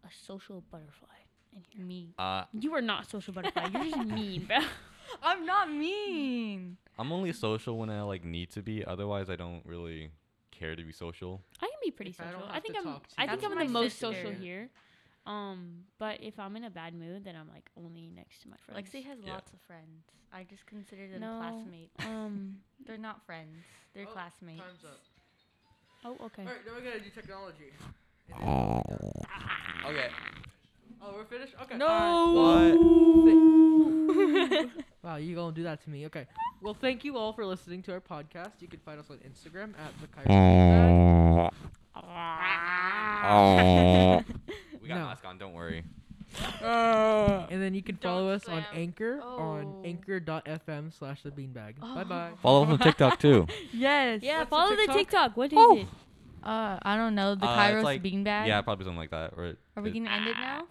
Speaker 3: a social butterfly in here?
Speaker 4: Me.
Speaker 1: Uh,
Speaker 3: *laughs* You are not social butterfly. You're just mean, bro.
Speaker 4: I'm not mean.
Speaker 1: I'm only social when I like need to be. Otherwise, I don't really care to be social.
Speaker 3: I can be pretty
Speaker 2: If I don't
Speaker 3: social. I,
Speaker 2: have to
Speaker 3: think I'm.
Speaker 2: talk to
Speaker 3: I
Speaker 2: you.
Speaker 3: think
Speaker 4: That's
Speaker 3: I'm the
Speaker 4: my
Speaker 3: most
Speaker 4: sister.
Speaker 3: social here. Um, but if I'm in a bad mood, then I'm like only next to my friends.
Speaker 4: Lexi has
Speaker 1: Yeah.
Speaker 4: lots of friends. I just consider them
Speaker 3: No.
Speaker 4: classmates.
Speaker 3: *laughs* um.
Speaker 4: They're not friends. They're
Speaker 2: Oh,
Speaker 4: classmates.
Speaker 2: Time's
Speaker 4: *laughs*
Speaker 2: up.
Speaker 3: Oh, okay.
Speaker 2: All right, now we're gonna do technology. And then-
Speaker 1: Okay.
Speaker 2: Oh, we're finished. Okay. Wow, you gonna do that to me? Okay. Well, thank you all for listening to our podcast. You can find us on Instagram at
Speaker 1: *laughs*
Speaker 2: the
Speaker 1: *laughs*
Speaker 2: Kaiser.
Speaker 3: 어.
Speaker 1: We got
Speaker 2: No.
Speaker 1: mask on. Don't worry.
Speaker 2: And then you can
Speaker 4: Don't
Speaker 2: follow us on
Speaker 4: slam.
Speaker 2: Anchor on
Speaker 4: Oh.
Speaker 2: anchor.fm slash the beanbag. Bye bye.
Speaker 1: Follow us on TikTok too.
Speaker 4: yes.
Speaker 3: Yeah,
Speaker 2: What's the
Speaker 3: follow the
Speaker 2: TikTok?
Speaker 3: TikTok. What is
Speaker 4: Oh.
Speaker 3: it?
Speaker 4: Uh, I don't know the
Speaker 1: Uh, it's
Speaker 4: Kairos
Speaker 1: like-
Speaker 4: beanbag.
Speaker 1: Yeah, probably something like that. Or
Speaker 4: Are we
Speaker 1: it-
Speaker 4: gonna end it now?